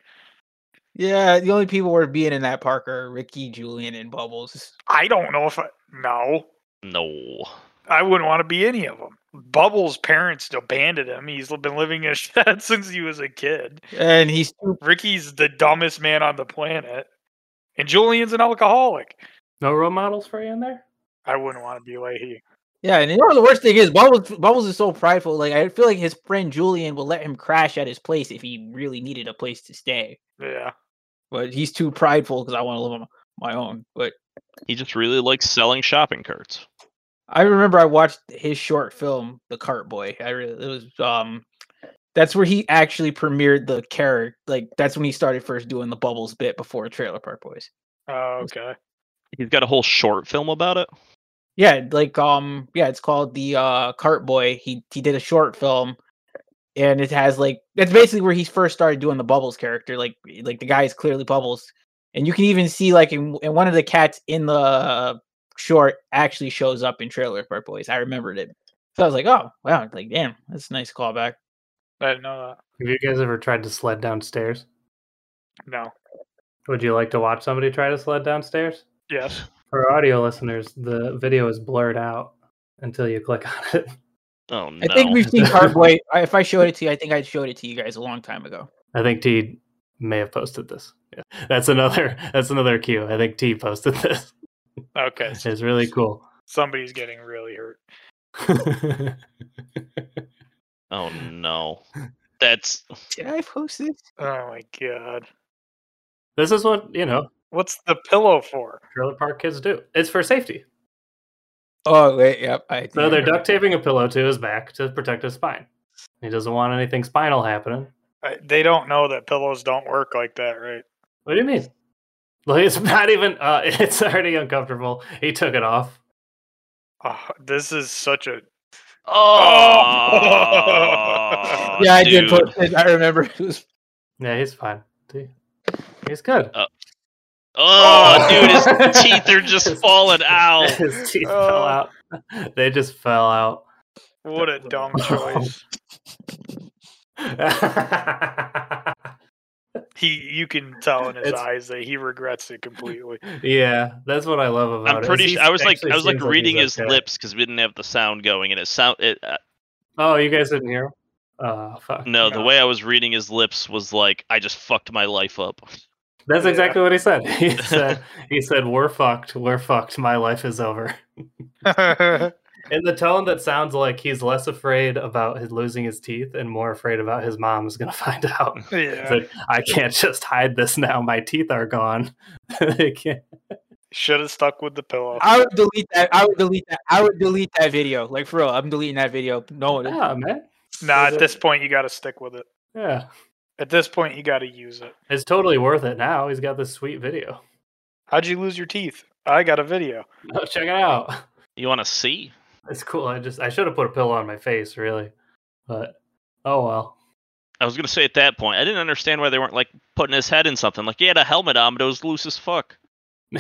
A: Yeah, the only people were being in that park are Ricky, Julian, and Bubbles.
D: I don't know if I. No,
B: No.
D: I wouldn't want to be any of them. Bubbles' parents abandoned him. He's been living in a shed since he was a kid.
A: And he's too
D: Ricky's the dumbest man on the planet, and Julian's an alcoholic.
C: No role models for you in there?
D: I wouldn't want to be like he.
A: Yeah, and you know what the worst thing is Bubbles. Bubbles is so prideful. Like I feel like his friend Julian will let him crash at his place if he really needed a place to stay.
D: Yeah,
A: But he's too prideful because I want to live on my own. But
B: He just really likes selling shopping carts.
A: I remember I watched his short film, The Cart Boy. I really it was um that's where he actually premiered the character. Like that's when he started first doing the Bubbles bit before Trailer Park Boys.
D: Oh, okay.
B: He's got a whole short film about it.
A: Yeah, like um yeah, it's called the uh Cart Boy. He he did a short film and it has like that's basically where he first started doing the Bubbles character. Like like the guy is clearly Bubbles. And you can even see like in, in one of the cats in the short actually shows up in Trailer Park Boys. I remembered it. So I was like, oh wow, like damn, that's a nice callback.
D: I didn't know
C: Have you guys ever tried to sled downstairs?
D: that. No.
C: Would you like to watch somebody try to sled downstairs?
D: Yes.
C: For audio listeners, the video is blurred out until you click on it.
B: Oh no!
A: I think we've seen Carboy. I- if I showed it to you, I think I showed it to you guys a long time ago.
C: I think T may have posted this. Yeah. That's another that's another cue. I think T posted this.
D: Okay, so
C: It's really cool.
D: somebody's getting really hurt.
B: Oh no! That's
A: Did I post this?
D: Oh my god,
C: this is what, you know,
D: what's the pillow for?
C: trailer park kids do. It's for safety.
A: Oh wait, yep. I think I
C: So they're
A: remember.
C: duct taping a pillow to his back to protect his spine. He doesn't want anything spinal happening.
D: I, they don't know that pillows don't work like that, right?
C: What do you mean? Like it's not even uh it's already uncomfortable. He took it off.
D: Oh, this is such a
B: oh
A: Yeah, I did
B: dude.
A: post it. I remember it was
C: Yeah, he's fine. T. He's good.
B: Oh, dude, his teeth are just falling out. Oh.
C: His teeth fell out. They just fell out.
D: what a dumb choice. He, you can tell in his
C: It's-
D: eyes that he regrets it completely.
C: yeah, that's what I love about it.
B: I'm
C: is
B: pretty.
C: he
B: Sure, I was like,
C: actually
B: I was like
C: seems he's
B: reading his
C: okay.
B: lips because we didn't have the sound going, and it sound. It, uh,
C: Oh, you guys didn't hear? him? Oh, fuck.
B: no, the
D: No.
B: way I was reading his lips was like, I just fucked my life up.
C: That's
D: Yeah.
C: exactly what he said. He said, "He said we're fucked. We're fucked. My life is over." In the tone that sounds like he's less afraid about his losing his teeth and more afraid about his mom is going to find out. He's
D: yeah,
C: like, I can't just hide this now. My teeth are gone. They can't-
D: should have stuck with the pillow.
A: I would delete that. I would delete that. I would delete that video. Like for real, I'm deleting that video. No,
C: yeah, man.
D: Nah,
C: Is
D: at
C: it-
D: this point you got to stick with it.
C: Yeah,
D: At this point you got to use it.
C: it's totally worth it now. He's got this sweet video.
D: How'd you lose your teeth? I got a video.
C: Oh, check it out.
B: You want to see?
C: It's cool. I just I should have put a pillow on my face, really, but oh well.
B: I was gonna say at that point, I didn't understand why they weren't like putting his head in something. Like he had a helmet on, but it was loose as fuck.
C: you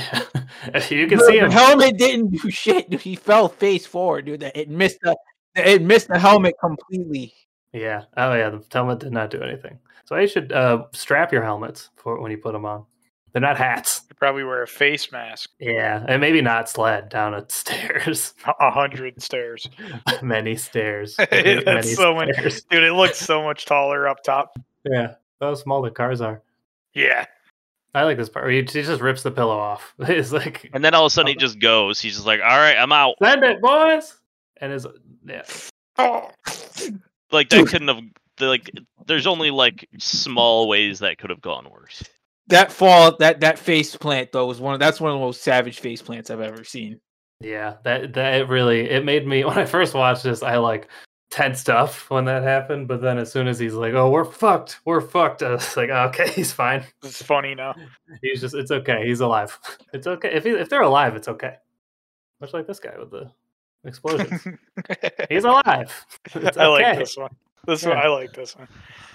C: can
A: the,
C: see him.
A: the helmet didn't do shit. Dude. He fell face forward, dude. That- It missed the it missed the helmet completely.
C: Yeah. Oh yeah. The helmet did not do anything. So you should uh, strap your helmets for when you put them on. They're not hats.
D: You probably wear a face mask
C: Yeah, and maybe not sled down a stairs,
D: a hundred stairs,
C: many stairs.
D: That's so many-
C: stairs.
D: dude. It looks so much taller up top.
C: Yeah, how small the cars are.
D: Yeah,
C: I like this part. Where he, he just rips the pillow off. He's like,
B: And then all of a sudden he just goes. He's just like, all right, I'm out.
C: send it, boys. And his yeah.
B: Like that couldn't have. the- Like there's only like small ways that could have gone worse.
A: That fall, that that face plant though was one. Of, that's one of the most savage face plants I've ever seen.
C: Yeah, that that it really it made me when I first watched this, I like tensed up when that happened. But then as soon as he's like, "Oh, we're fucked, we're fucked," I was like, "Oh, "Okay, he's fine.
D: it's funny now.
C: He's just it's okay. He's alive. It's okay if he, if they're alive, it's okay." Much like this guy with the explosions, he's alive. It's
D: I
C: okay.
D: like this one. This one,
C: Yeah.
D: I like this one.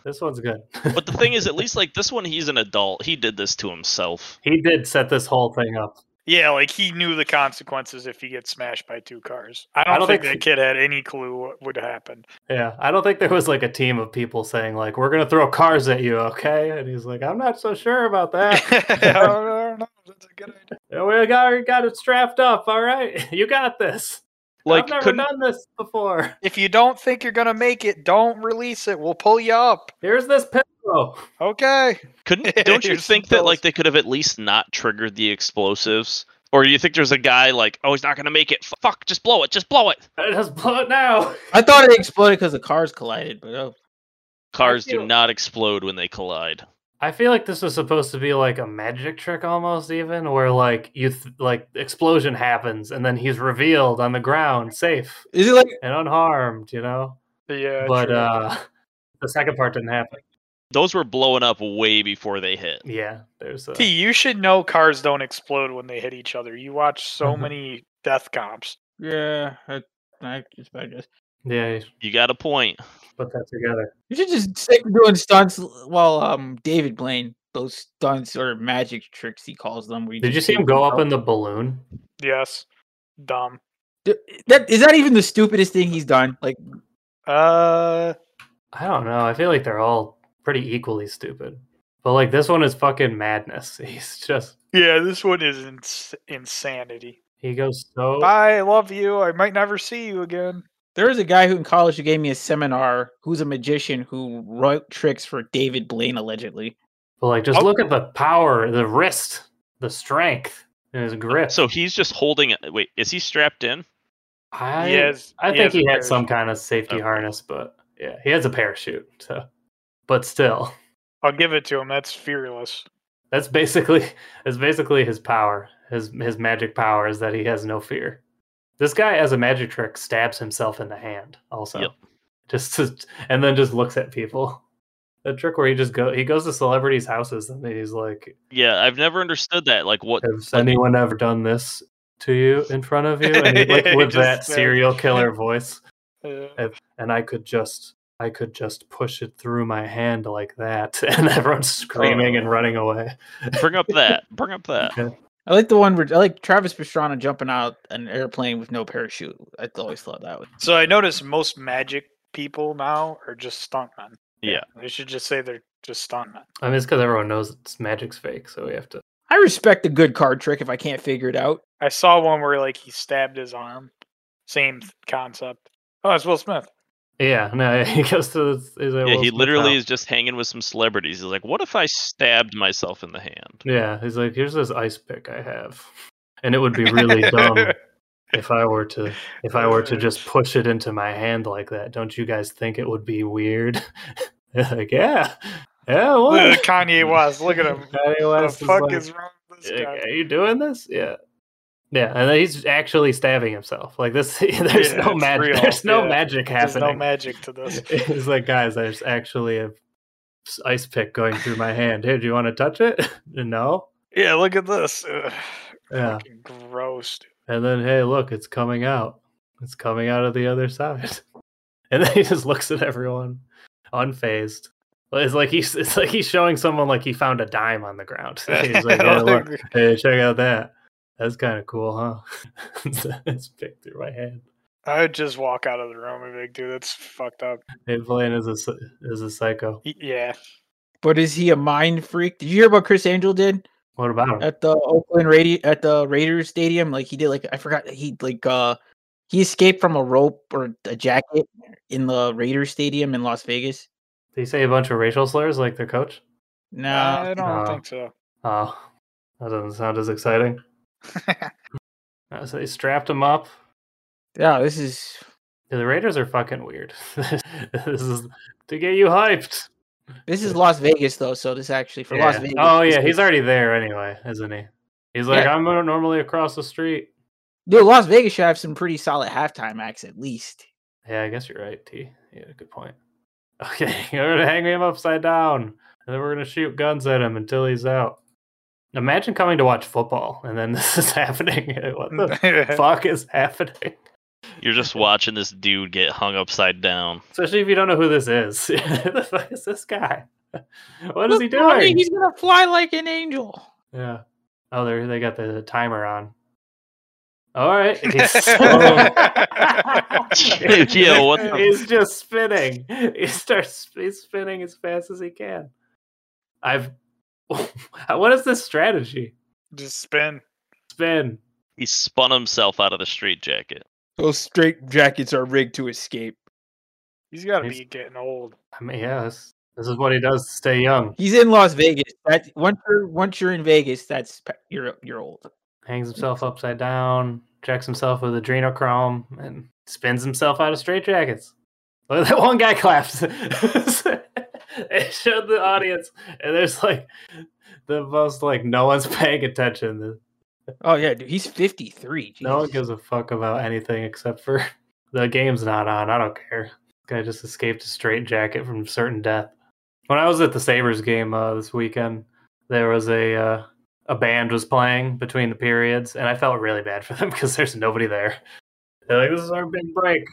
C: This one's good.
B: But the thing is, at least like this one, he's an adult. He did this to himself.
C: he did set this whole thing up.
D: Yeah, like he knew the consequences if he gets smashed by two cars. I don't,
C: don't
D: think,
C: think
D: that kid had any clue what would happen.
C: Yeah, I don't think there was like a team of people saying like, "We're gonna throw cars at you," okay? And he's like, "I'm not so sure about
D: I
C: that."
D: don't know, I don't know if That's a good idea.
C: Yeah, We got, we got it strapped up. All right. You got this.
B: Like
C: I've never
B: couldn't
C: done this before.
D: If you don't think you're gonna make it, don't release it. We'll pull you up.
C: Here's this pillow.
D: Okay.
B: Couldn't don't you
D: Here's some
B: think that
D: pills.
B: like they could have at least not triggered the explosives? Or do you think there's a guy like, oh, he's not gonna make it. F- Fuck, just blow it, just blow it.
C: I just blow it now.
A: I thought it exploded because the cars collided, but oh,
B: Cars
C: feel-
B: do not explode when they collide.
C: I feel like this was supposed to be like a magic trick almost even where like you th- like explosion happens and then he's revealed on the ground safe
A: is it like
C: and unharmed, you know?
D: Yeah.
C: but
D: true.
C: uh the second part didn't happen.
B: Those were blowing up way before they hit.
C: Yeah, there's a
D: T, you should know cars don't explode when they hit each other. You watch so
C: Mhm.
D: many death comps.
A: yeah? I, I just I just
C: Yeah, you should
B: You got a point.
C: put that together.
A: you should just stick to doing stunts while um David Blaine those stunts or magic tricks he calls them. Where
C: Did you
A: just
C: see him
A: take
C: go
A: people
C: up
A: out.
C: in the balloon?
D: Yes. Dumb.
A: Th- That is that even the stupidest thing he's done? Like
D: Uh
C: I don't know. I feel like they're all pretty equally stupid. But like this one is fucking madness. He's just
D: Yeah, this one is ins- insanity.
C: he goes so
D: Bye, I love you. I might never see you again.
A: There was a guy who in college who gave me a seminar who's a magician who wrote tricks for David Blaine allegedly.
C: but like just
D: Oh.
C: look at the power, the wrist, the strength in his grip.
B: So he's just holding it. Wait, is he strapped in?
C: I
D: yes,
C: I think he had some
D: kind.
C: kind of safety
B: Okay.
C: harness, but yeah, he has a parachute. So, but still,
D: I'll give it to him. That's fearless.
C: that's basically that's basically his power. His his magic power is that he has no fear. This guy as a magic trick stabs himself in the hand. Also,
B: Yep.
C: just to, and then just looks at people. The trick where he just go he goes to celebrities' houses and he's like,
B: Yeah, I've never understood that. Like, what?
C: "Has anyone ever done this to you in front of you?" And he, like with
D: Just
C: that
D: said-
C: serial killer voice.
D: Uh,
C: and I could just I could just push it through my hand like that, and everyone's screaming and running away.
B: Bring up that. Bring up that.
A: I like the one where I like Travis Pastrana jumping out an airplane with no parachute. I always thought that was
D: so I notice most magic people now are just stuntmen.
B: Yeah.
D: They should just say they're just stuntmen.
C: I mean, it's because everyone knows it's magic's fake, so we have to.
A: I respect a good card trick if I can't figure it out.
D: I saw one where like he stabbed his arm. Same th- concept. Oh, it's Will Smith.
C: Yeah, no, he goes to the. He's like,
B: Yeah,
C: "Well,
B: he
C: it's my
B: literally
C: town."
B: is just hanging with some celebrities. He's like, what if I stabbed myself in the hand?
C: Yeah, he's like, here's this ice pick I have, and it would be really dumb if I were to if I were to just push it into my hand like that. Don't you guys think it would be weird? like, yeah, yeah,
D: Look
C: what?
D: at Kanye West. Look at him.
C: Kanye
D: What the
C: West is
D: fuck
C: like-
D: is wrong with this
C: Like,
D: guy?
C: are you doing this? Yeah. Yeah, and then he's actually stabbing himself. Like this, there's
D: Yeah,
C: no
D: it's
C: magic.
D: real.
C: There's no
D: Yeah.
C: magic
D: There's no
C: happening.
D: magic to this.
C: it's like, guys, there's actually a s- ice pick going through my hand. Hey, do you want to touch it? no.
D: Yeah, look at this. Ugh,
C: Yeah.
D: fucking gross. dude.
C: And then, hey, look, it's coming out. It's coming out of the other side. And then he just looks at everyone, unfazed. Well, It's like he's it's like he's showing someone like he found a dime on the ground. He's like, hey, look,
D: Like,
C: hey, check out that. That's kind of cool, huh? it's picked through my hand.
D: I would just walk out of the room and be like, dude, that's fucked up.
C: Hey, Blaine is a psy- is a psycho.
D: Y- Yeah.
A: But is he a mind freak? Did you hear about Chris Angel did?
C: What about him?
A: at the Oakland Radio at the Raiders stadium. Like he did, like I forgot he like uh he escaped from a rope or a jacket in the Raiders stadium in Las Vegas.
C: Did he say a bunch of racial slurs like their coach?
A: No,
D: I don't
C: Uh,
D: think so.
C: Oh, that doesn't sound as exciting. Uh, so they strapped him up.
A: yeah, this is
C: Yeah, The Raiders are fucking weird. this is to get you hyped.
A: this is Las Vegas though, so this actually for Las
C: Yeah.
A: Vegas.
C: Oh
A: this
C: yeah,
A: is-
C: he's already there anyway, isn't he? He's like,
A: Yeah.
C: I'm uh, normally across the street.
A: dude. Las Vegas should have some pretty solid halftime acts at least.
C: Yeah, I guess you're right, T. Yeah, good point. Okay, we're gonna hang him upside down, and then we're gonna shoot guns at him until he's out. Imagine coming to watch football, and then this is happening. what the fuck is happening?
B: You're just watching this dude get hung upside down.
C: Especially if you don't know who this is. Who the fuck is this guy? What is he
A: Look, Tommy,
C: doing?
A: He's gonna fly like an angel.
C: Yeah. Oh, they they got the timer on. All right.
B: Dude, yeah, what the-
C: He's just spinning. He starts he's spinning as fast as he can. I've what is this strategy?
D: just spin.
C: Spin.
B: He spun himself out of the street jacket.
A: Those straight jackets are rigged to escape.
D: He's got to
C: He's-
D: be getting old.
C: I mean, yeah, this, this is what he does to stay young.
A: He's in Las Vegas. That once you're once you're in Vegas, that's pe- you're you're old.
C: Hangs himself upside down, checks himself with adrenochrome, and spins himself out of straitjackets. Look at that one guy claps. it showed the audience, and there's like the most like no one's paying attention. The-
A: Oh yeah, dude, he's fifty three.
C: No one gives a fuck about anything except for the game's not on. I don't care. Guy just escaped a straitjacket from certain death. When I was at the Sabres game uh, this weekend, there was a uh, a band was playing between the periods, and I felt really bad for them because there's nobody there. They're like, "This is our big break."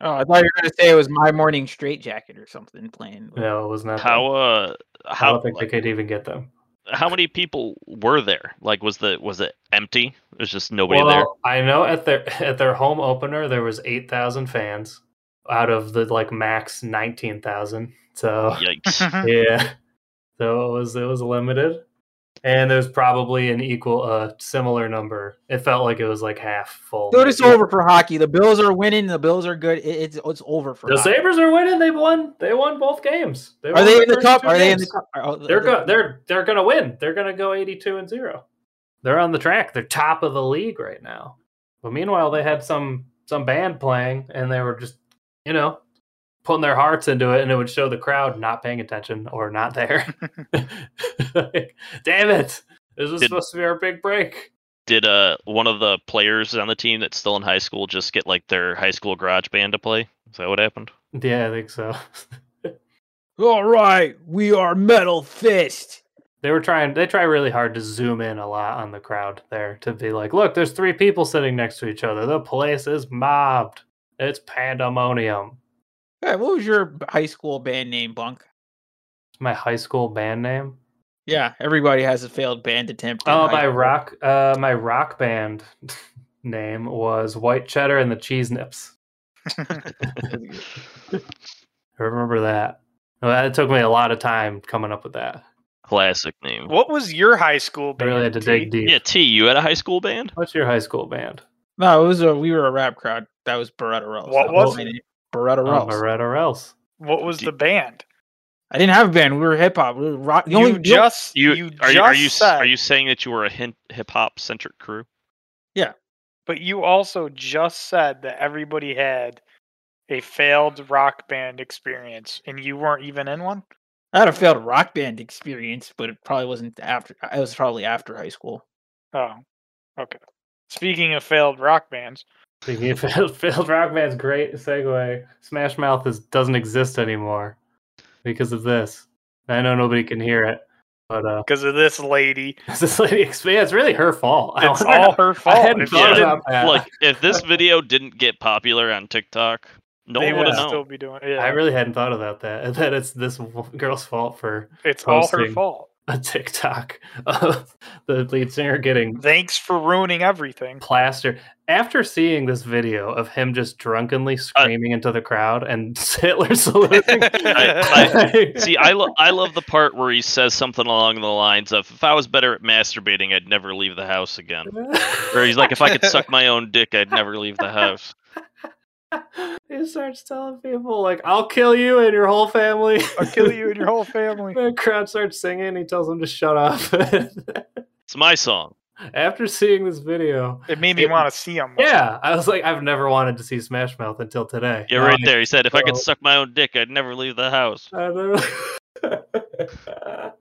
A: Oh, I thought you were gonna say it was my morning straight jacket or something playing. with-
C: No, it was not.
B: How
C: them.
B: uh
C: I
B: how
C: don't think
B: like,
C: they could even get them.
B: how many people were there? Like was the was it empty? There's just nobody
C: well,
B: there.
C: I know at their at their home opener there was eight thousand fans out of the like max nineteen thousand. So
B: Yikes.
C: yeah. So it was it was limited, and there's probably an equal, uh, similar number. It felt like it was like half full.
A: Dude, it's over for hockey. The Bills are winning. The Bills are good. It, it's it's over for.
C: The
A: hockey.
C: Sabers are winning. They won. They won both games.
A: Are
C: won
A: they
C: their
A: in the
C: first
A: cup?
C: two
A: Are they in the
C: games.
A: cup? Are- are-
C: They're
A: they're-
C: go- they're they're gonna win. They're gonna go eighty two and zero. They're on the track. They're top of the league right now. But meanwhile, they had some some band playing, and they were just you know putting their hearts into it, and it would show the crowd not paying attention or not there. Like, damn it! This was
B: Did-
C: supposed to be our big break.
B: Did uh one of the players on the team that's still in high school just get like their high school garage band to play? Is that what happened?
C: Yeah, I think so.
A: All right, we are Metal Fist.
C: they were trying. They try really hard to zoom in a lot on the crowd there to be like, look, there's three people sitting next to each other. The place is mobbed. It's pandemonium.
A: All right, what was your b- high school band name, Bunk?
C: my high school band name.
A: Yeah, everybody has a failed band attempt. in
C: Oh,
A: high
C: my
A: school.
C: rock, uh, my rock band name was White Cheddar and the Cheese Nips. I remember that. Well, that took me a lot of time coming up with that.
B: Classic name.
D: What was your high school
C: I
D: band?
C: really had to
D: T?
C: dig deep.
B: Yeah, T, you had a high school band?
C: What's your high school band?
A: No, it was a. We were a rap crowd. That was Beretta Rose.
D: What
A: That
D: was
A: my
D: it?
A: name, Beretta
C: Oh,
A: Rose.
C: Beretta or else.
D: What was
B: D-
D: the band?
A: I didn't have a band. We were hip hop. We were rock. The
D: You
A: only, the only-
D: just
B: You,
D: you,
B: are
D: just
B: you are you s-
D: said,
B: are you saying that you were a hip hop centric crew?
D: but you also just said that everybody had a failed rock band experience, and you weren't even in one.
A: I had a failed rock band experience, but it probably wasn't after. It was probably after high school.
D: Oh, okay. Speaking of failed rock bands,
C: Speaking of failed, failed rock band's great segue. Smash Mouth is, doesn't exist anymore because of this. I know nobody can hear it, but uh,
D: because of this lady,
C: this lady, yeah, it's really her fault. I
D: it's
C: wonder-
D: all her fault.
C: I hadn't
D: If she
C: thought
D: didn't,
C: about that.
B: Look, if this video didn't get popular on TikTok, no
D: they
B: one would
D: would
B: have
C: yeah.
B: known.
D: still be doing. Yeah,
C: I really hadn't thought about that. That it's this w- girl's fault for
D: it's all her
C: posting.
D: fault.
C: a TikTok of the lead singer getting
D: Thanks for ruining everything.
C: plastered. After seeing this video of him just drunkenly screaming into the crowd and Hitler saluting,
B: I- See, I, lo- I love the part where he says something along the lines of, if I was better at masturbating, I'd never leave the house again. Or he's like, if I could suck my own dick, I'd never leave the house.
C: he starts telling people like, "I'll kill you and your whole family."
D: I'll kill you and your whole family.
C: The crowd starts singing. He tells them to shut up.
B: It's my song.
C: After seeing this video,
D: It made me
C: It-
D: want to see them.
C: yeah, I was like, I've never wanted to see Smash Mouth until today.
B: Yeah,
C: Now
B: right
C: I-
B: there. He said, if I could
C: well-
B: suck my own dick, I'd never leave the house.
C: I don't-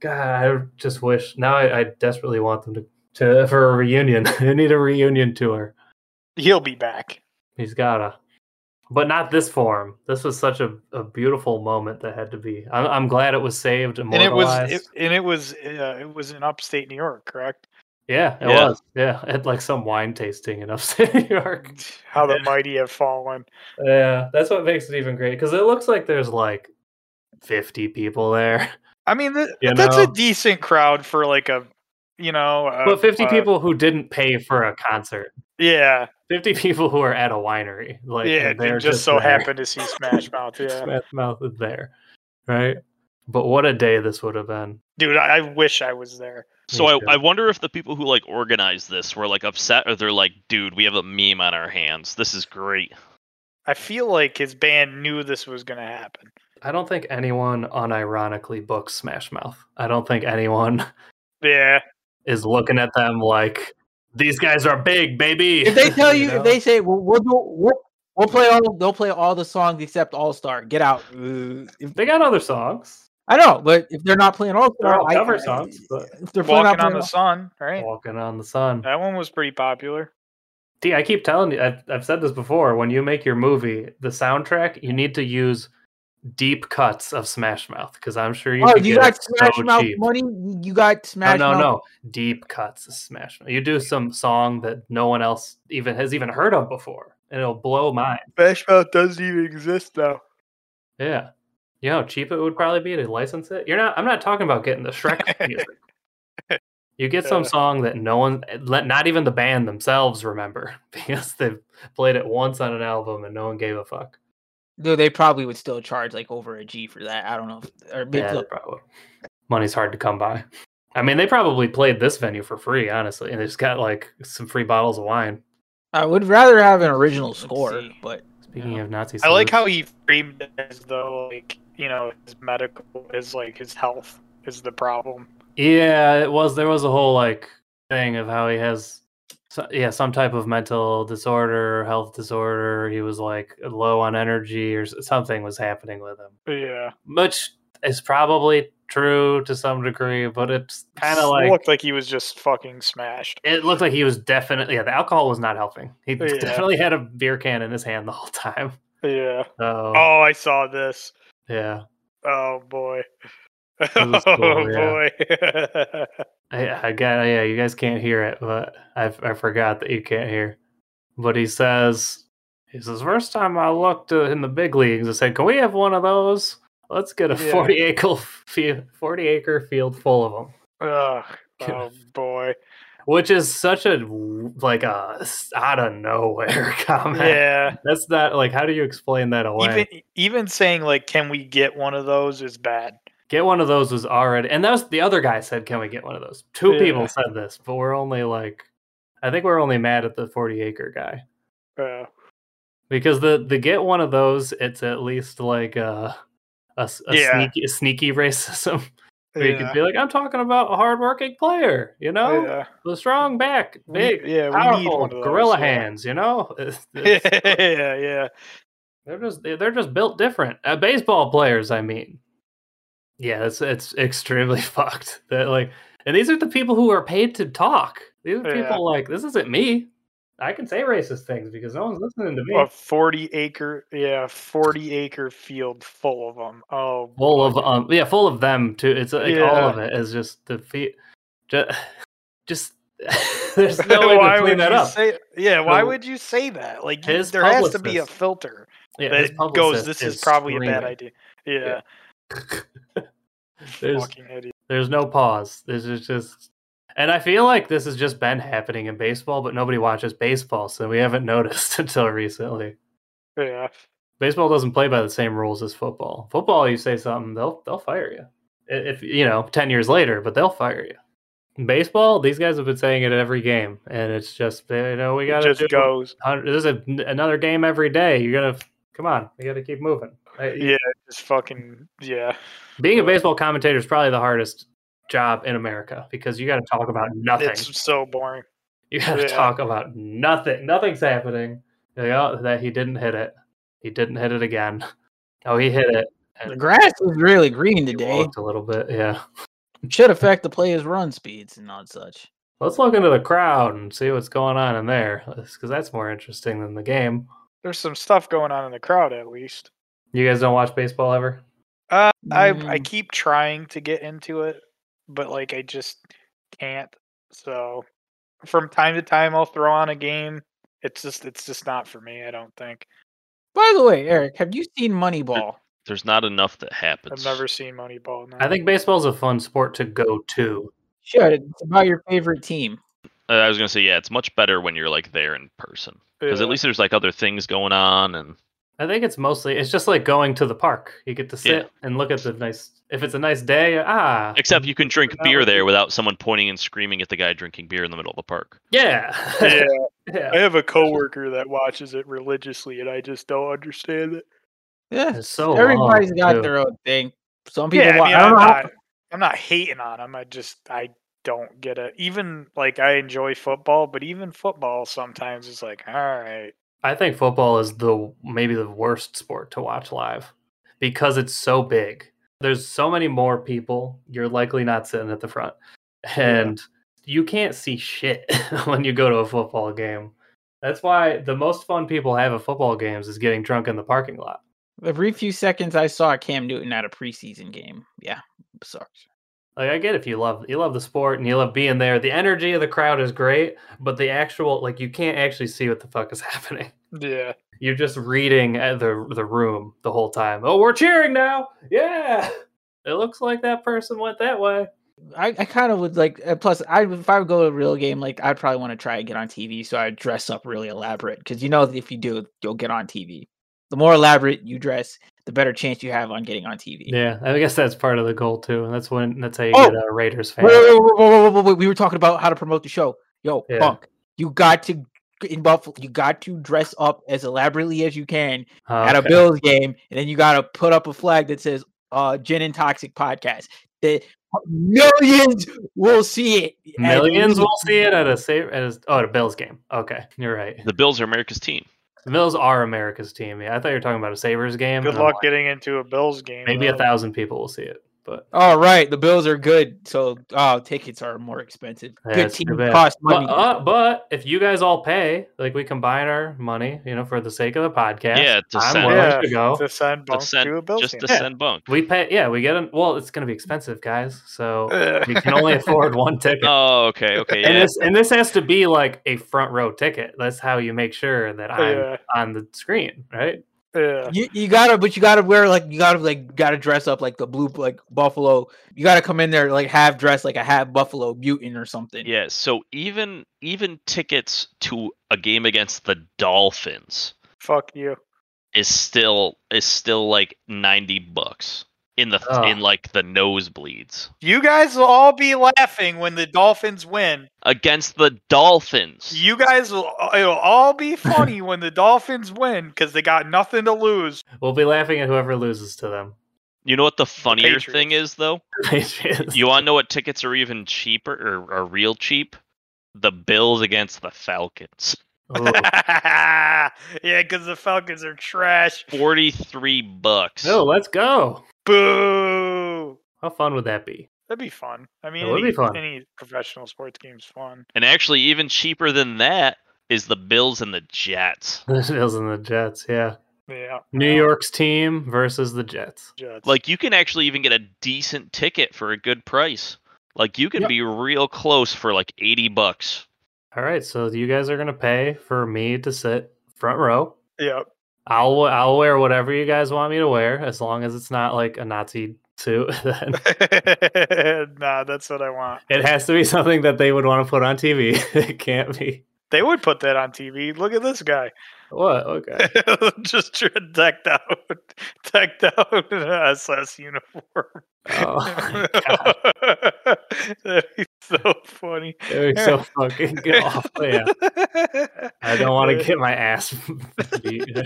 C: God, I just wish now I, I desperately want them to, to for a reunion. I need a reunion tour.
D: He'll be back.
C: He's gotta, but not this form. This was such a, a beautiful moment that had to be. I'm, I'm glad it was saved.
D: And it was,
C: Immortalized.
D: it, and it was, uh, it was in upstate New York, correct?
C: yeah, it
B: Yeah.
C: was. Yeah, at like some wine tasting in upstate New York.
D: How the mighty have fallen.
C: Yeah, that's what makes it even great because it looks like there's like 50 people there,
D: I mean, th-
C: You
D: that's a
C: know?
D: decent crowd for like a, you know, a,
C: but 50
D: uh,
C: people who didn't pay for a concert.
D: Yeah,
C: 50 people who are at a winery. Like,
D: yeah.
C: and
D: they
C: they're
D: just, so
C: there.
D: happened to see Smash Mouth. Yeah,
C: Smash Mouth is there, right? But what a day this would have been.
D: dude, I, I wish I was there.
B: So
C: Me
B: I,
C: too.
B: I wonder if the people who like organized this were like upset or they're like, dude, we have a meme on our hands. This is great.
D: I feel like his band knew this was gonna happen.
C: I don't think anyone unironically books Smash Mouth. I don't think anyone
D: Yeah,
C: is looking at them like these guys are big, baby.
A: If they tell you,
C: know?
A: if they say, "Well, we'll do, we'll, we'll play all," they'll play all the songs except All Star. Get out. Uh, if-
C: they got other songs.
A: I know, but if they're not playing All
C: They're
A: Star,
C: all cover songs, but
A: If they're playing
D: Walking
A: out
D: on the Sun, right?
C: Walking on the Sun.
D: That one was pretty popular.
C: D, I keep telling you, I've, I've said this before. When you make your movie, the soundtrack, you need to use deep cuts of Smash Mouth because I'm sure you.
A: Oh,
C: could
A: you
C: get
A: got
C: it
A: Smash
C: so
A: Mouth
C: cheap. Oh,
A: money. You you got Smash
C: no, no,
A: Mouth.
C: no. Deep cuts of Smash Mouth. You do some song that no one else even has even heard of before, and it'll blow mine.
D: Smash Mouth doesn't even exist now.
C: Yeah. You know how cheap it would probably be to license it? You're not I'm not talking about getting the Shrek music. You get some
D: Yeah.
C: song that no one let not even the band themselves remember because they've played it once on an album and no one gave a fuck.
A: Though they probably would still charge like over a G for that. I don't know. If, or maybe,
C: Yeah,
A: look,
C: probably. Money's hard to come by. I mean, they probably played this venue for free, honestly, and they just got like some free bottles of wine.
A: I would rather have an original
C: Let's
A: score,
C: see.
A: but
C: Speaking of Nazi,
D: I like
C: salutes.
D: how he framed it as though like you know his medical is like his health is the problem.
C: Yeah, it was. There was a whole like thing of how he has, so- yeah, some type of mental disorder, health disorder. He was like low on energy, or s- something was happening with him,
D: Yeah,
C: which is probably true to some degree. But it's kind of like
D: looked like he was just fucking smashed.
C: it looked like he was definitely. Yeah, the alcohol was not helping. He
D: Yeah.
C: definitely had a beer can in his hand the whole time.
D: Yeah.
C: So
D: Oh, I saw this.
C: yeah,
D: Oh boy.
C: was cool,
D: oh
C: yeah.
D: boy.
C: I, I got oh, yeah. You guys can't hear it, but I I forgot that you can't hear. But he says he says first time I looked uh, in the big leagues, I said, "Can we have one of those? Let's get a
D: Yeah.
C: forty acre field, forty acre field full of them."
D: Ugh, oh boy.
C: Which is such a w- like a s- out of nowhere comment.
D: Yeah.
C: That's not like how do you explain that away?
D: Even even saying like, can we get one of those is bad.
C: get one of those was already and that was the other guy said can we get one of those two
D: Yeah.
C: people said this but we're only like i think we're only mad at the 40 acre guy
D: Uh,
C: because the the get one of those it's at least like uh, a, s- a
D: Yeah.
C: sneaky, a sneaky racism where you
D: yeah.
C: could be like i'm talking about a hardworking player you know
D: yeah.
C: the strong back
D: We-
C: big
D: yeah, we need
C: powerful
D: one of those,
C: gorilla
D: yeah.
C: hands you know It's- it's-
D: yeah, yeah.
C: They're just they- they're just built different. Uh, baseball players, I mean. Yeah, it's it's extremely fucked. That like, and these are the people who are paid to talk. These are
D: Yeah.
C: people like this isn't me. I can say racist things because no one's listening to me.
D: A forty acre, yeah, forty acre field full of them. Oh,
C: full of um, yeah, full of them too. It's like all of it is just the feet. Just, just there's no way to clean
D: would
C: that
D: you
C: up.
D: Say, yeah, why
C: So-
D: would you say that? Like, you-
C: His
D: there has to be a
C: publicist-
D: filter
C: Yeah, his
D: that goes.
C: publicist
D: This is probably a bad
C: screaming.
D: idea. Yeah,
C: There's
D: fucking idiot.
C: There's no pause. This is just, and I feel like this has just been happening in baseball, but nobody watches baseball, so we haven't noticed until recently.
D: Yeah,
C: Baseball doesn't play by the same rules as football. Football, you say something, they'll they'll fire you. I- If you know, ten years later, but they'll fire you. In baseball, these guys have been saying it at every game, and it's just you know we
D: it
C: got to
D: just goes.
C: There's a, another game every day. You gotta come on. We gotta keep moving. I-
D: Yeah, it just fucking yeah.
C: Being a baseball commentator is probably the hardest job in America because you got to talk about nothing.
D: It's so boring.
C: You got to
D: Yeah.
C: talk about nothing. Nothing's happening. You're like, oh, that he didn't hit it. He didn't hit it again. Oh, he hit it.
A: the grass is really green
C: He
A: today.
C: walked a little bit. Yeah.
A: Should affect the player's run speeds and not such.
C: Let's look into the crowd and see what's going on in there because that's more interesting than the game.
D: There's some stuff going on in the crowd at least.
C: You guys don't watch baseball ever?
D: Uh, I I
A: Mm.
D: keep trying to get into it, but like I just can't. So from time to time, I'll throw on a game. It's just it's just not for me. I don't think
A: By the way, Eric, have you seen Moneyball?
B: There's not enough that happens.
D: I've never seen Moneyball. No.
C: I think baseball's a fun sport to go to.
A: Should it's about your favorite team.
B: Uh, I was gonna say yeah, it's much better when you're like there in person because
D: Yeah.
B: at least there's like other things going on and
C: I think it's mostly, it's just like going to the park. You get to sit
B: Yeah.
C: and look at the nice, if it's a nice day, ah.
B: except you can drink
C: That
B: beer
C: would be-
B: there without someone pointing and screaming at the guy drinking beer in the middle of the park.
C: Yeah.
D: Yeah,
C: yeah.
D: I have a coworker that watches it religiously, and I just don't understand it.
A: Yeah,
C: It's so
A: everybody's
C: long,
A: got
C: too.
A: their own thing. Some people,
D: yeah, I
A: wa-
D: mean,
A: I
D: I'm
A: don't know. how-
D: not, I'm not hating on him. I just I don't get it. Even like I enjoy football, but even football sometimes is like, all right,
C: I think football is the maybe the worst sport to watch live because it's so big. There's so many more people. You're likely not sitting at the front, and you can't see shit when you go to a football game. That's why the most fun people have at football games is getting drunk in the parking lot.
A: The brief few seconds I saw Cam Newton at a preseason game. Yeah, sucks.
C: Like I get if you love you love the sport and you love being there. The energy of the crowd is great, but the actual like you can't actually see what the fuck is happening.
D: yeah,
C: You're just reading at the the room the whole time. Oh, we're cheering now! Yeah, it looks like that person went that way.
A: I, I kind of would like. uh, Plus, I would- if I would go to a real game, like I'd probably want to try and get on TV. So I'd dress up really elaborate because you know if you do, you'll get on TV. the more elaborate you dress, the better chance you have on getting on TV.
C: Yeah, I guess that's part of the goal too. That's when that's how you
A: Oh!
C: get a Raiders fan.
A: Wait, wait, wait, wait, wait, wait, wait, wait, We were talking about how to promote the show. Yo,
C: Yeah.
A: Punk, you got to g- in Buffalo, you got to dress up as elaborately as you can
C: Oh,
A: at a
C: okay.
A: Bills game, and then you got to put up a flag that says uh, "Gin and Toxic Podcast." The millions will see it. at
C: Millions
A: least-
C: will see it at a save at a, oh at a Bills game. Okay, you're right.
B: The Bills are America's team.
C: The Bills are America's team. Yeah, I thought you were talking about a Sabres game.
D: Good
C: and I'm
D: luck
C: like,
D: getting into a Bills game.
C: Maybe a
D: though.
C: thousand people will see it, but
A: All right, the Bills are good, so oh, tickets are more expensive.
C: yeah,
A: good
C: it's too
A: team
C: bad.
A: cost
C: But,
A: money.
C: uh, but if you guys all pay, like we combine our money, you know, for the sake of the podcast,
B: Yeah, to
C: I'm
B: send-
C: willing
D: Yeah.
C: to go.
D: to send
B: To
D: Bunk to,
B: send,
D: a Bills
B: just
D: game.
B: to
D: Yeah.
B: send bunk.
C: We pay. Yeah, we get an. Well, it's going to be expensive, guys. So
D: Uh,
C: we can only afford one ticket.
B: Oh, okay, okay,
C: And
B: yeah.
C: this and this has to be like a front row ticket. That's how you make sure
B: Oh,
C: that I'm
D: yeah,
C: on the screen, right?
D: yeah.
A: You, you gotta, but you gotta wear like you gotta like gotta dress up like the blue like buffalo. You gotta come in there like half dressed like a half buffalo mutant or something.
B: Yeah, so even even tickets to a game against the Dolphins
D: Fuck you.
B: is still is still like 90 bucks in the
C: Ugh.
B: in like the nosebleeds
D: You guys will all be laughing when the Dolphins win.
B: against the Dolphins.
D: You guys will it'll all be funny when the Dolphins win because they got nothing to lose.
C: We'll be laughing at whoever loses to them.
B: You know what the funnier thing
D: Patriots.
B: is though? You want to know what tickets are even cheaper or are real cheap? The Bills against the Falcons.
C: Ooh.
D: yeah, because the Falcons are trash.
B: 43 bucks.
C: Oh, let's go.
D: Boo.
C: How fun would that be?
D: That'd be fun. I mean,
C: That would
D: any,
C: be fun.
D: any professional sports game's fun.
B: And actually even cheaper than that is the Bills and the Jets.
C: The Bills and the Jets, yeah.
D: Yeah.
C: New
D: yeah,
C: York's team versus the Jets.
D: Jets.
B: Like you can actually even get a decent ticket for a good price. Like you could
A: Yep.
B: be real close for like 80 bucks.
C: All right, so you guys are gonna pay for me to sit front row.
D: yeah.
C: I'll I'll wear whatever you guys want me to wear, as long as it's not like a Nazi suit. Then
D: nah, that's what I want.
C: it has to be something that they would want to put on TV. it can't be
D: They would put that on TV. Look at this guy.
C: what? Okay,
D: Just tr- decked out, decked out in an SS uniform.
C: oh, my God.
D: That'd be so funny.
C: That'd be so fucking get off. Oh, Yeah, I don't want to get my ass beat.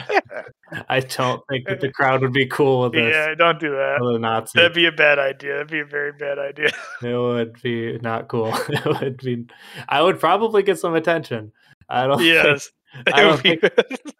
C: I don't think that the crowd would be cool with this.
D: Yeah, don't do that.
C: with a Nazi.
D: That'd be a bad idea. That'd be a very bad idea.
C: It would be not cool. it would be. I would probably get some attention. I don't. think-
D: yes. it
C: I don't
D: would be-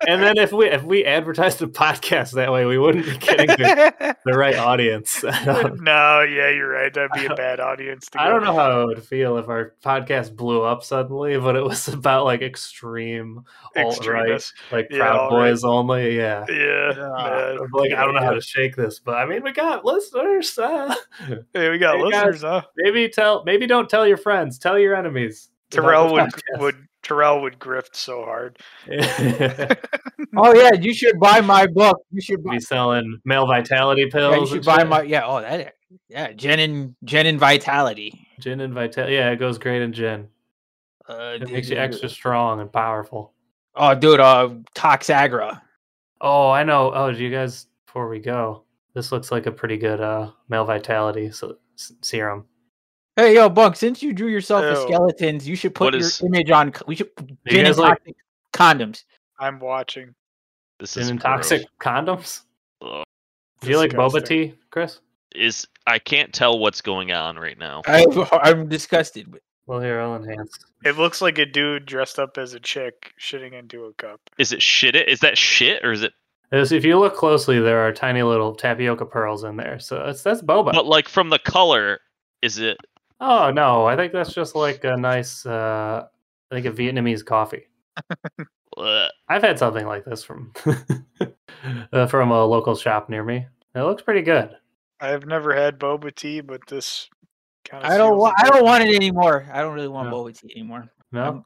C: and then if we if we advertised the podcast that way, we wouldn't be getting the, the right audience. I don't,
D: no, yeah, you're right. That'd be a bad audience. To
C: I
D: go
C: don't know
D: to.
C: how it would feel if our podcast blew up suddenly, but it was about like extreme alt right,
D: Extremists.
C: like
D: Yeah,
C: Proud
D: alt-right.
C: Boys only. Yeah.
D: Yeah.
C: Uh,
D: man.
C: like I don't know how to shake this, but I mean we got listeners. uh,
D: Hey, we got
C: Hey, guys.
D: listeners, huh?
C: maybe tell, maybe don't tell your friends. Tell your enemies. about the
D: Terrell would
C: podcast.
D: would Terrell would grift so hard.
A: Oh yeah, you should buy my book. You should buy.
C: be selling male vitality
A: Yeah,
C: pills.
A: you should
C: and
A: buy
C: shit.
A: my yeah. Oh that yeah. Gen and Gen and Vitality.
C: gin and vitality. Yeah, it goes great in gin.
A: Uh,
C: It makes you extra strong and powerful.
A: Oh dude, uh, Toxagra.
C: Oh, I know. Oh, do you guys? Before we go, this looks like a pretty good uh male vitality so, s- serum.
A: Hey yo, Bunk. Since you drew yourself as
D: Ew.
A: skeletons, you should put
B: What
A: your
B: is-
A: image on. c- We should
C: You
A: Gin and
C: guys like
A: Toxic condoms.
D: I'm watching.
B: This
C: gin
B: is
C: and toxic condoms?
B: gross. Ugh.
C: Do you like boba
D: Disgusting.
C: tea, Chris?
B: Is I can't tell what's going on right now.
A: I, I'm disgusted. with-
C: Well, here I'll enhance.
D: It looks like a dude dressed up as a chick shitting into a cup.
B: Is it shit? Is that shit or is it?
C: As if you look closely, there are tiny little tapioca pearls in there. So it's, that's boba.
B: But like from the color, is it?
C: Oh no, I think that's just like a nice, uh, I think a Vietnamese coffee.
B: Ugh.
C: I've had something like this from uh, from a local shop near me. It looks pretty good.
D: I've never had boba tea, but this kind of
A: I don't. Wa- I don't want it anymore. I don't really want
C: No.
A: boba tea anymore.
C: No,
A: I'm-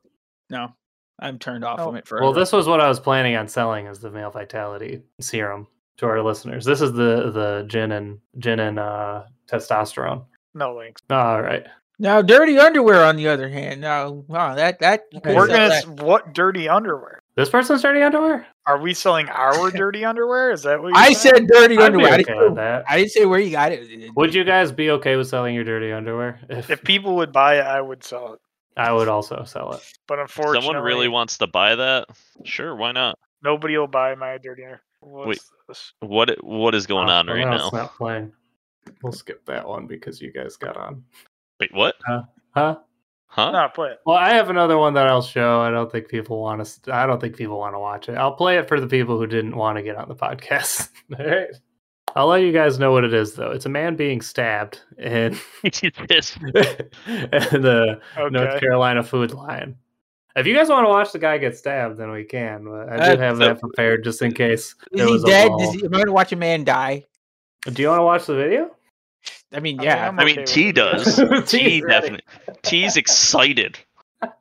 A: no, I'm turned off from
D: No.
A: it forever.
C: well, this was what I was planning on selling as the male vitality serum to our listeners. This is the the gin and gin and uh, testosterone.
D: No links.
C: All right,
A: now dirty underwear. On the other hand, now wow, that that you
C: Okay.
A: could
D: We're
A: sell
D: gonna
A: that.
D: s- what dirty underwear?
C: This person's dirty underwear?
D: Are we selling our dirty underwear? Is that what you're
A: I said
D: saying?
A: dirty
C: I'd be
A: underwear. I,
C: okay with
A: didn't say,
C: that.
A: I didn't say where you got it.
C: Would you guys be okay with selling your dirty underwear? If,
D: If people would buy it, I would sell it.
C: I would also sell it.
D: But unfortunately,
B: Someone really wants to buy that? Sure, why not?
D: nobody will buy my dirty underwear.
B: Wait.
D: What's this?
B: What i- what is going
C: Uh,
B: on right
C: someone else
B: now?
C: Not playing. We'll skip that one because you guys got on.
B: Wait, what?
C: Huh?
B: Huh?
D: No, play it.
C: Well, I have another one that I'll show. I don't think people want to. I don't think people want to watch it. I'll play it for the people who didn't want to get on the podcast. All right. I'll let you guys know what it is, though. It's a man being stabbed in,
B: Jesus.
C: in the North
D: Okay.
C: Carolina food line. If you guys want to watch the guy get stabbed, then we can. But I
A: Uh,
C: did have
B: so-
C: that prepared just in case. there
A: Is he
C: was a
A: dead?
C: lull.
A: Does he, am I going to watch a man die?
C: Do you want to watch the video?
A: I mean,
D: I mean,
A: Oh, yeah.
D: I'm
B: I
D: okay
B: mean,
D: with
B: T
D: it.
B: does. T
C: T's ready.
B: definitely. T's excited.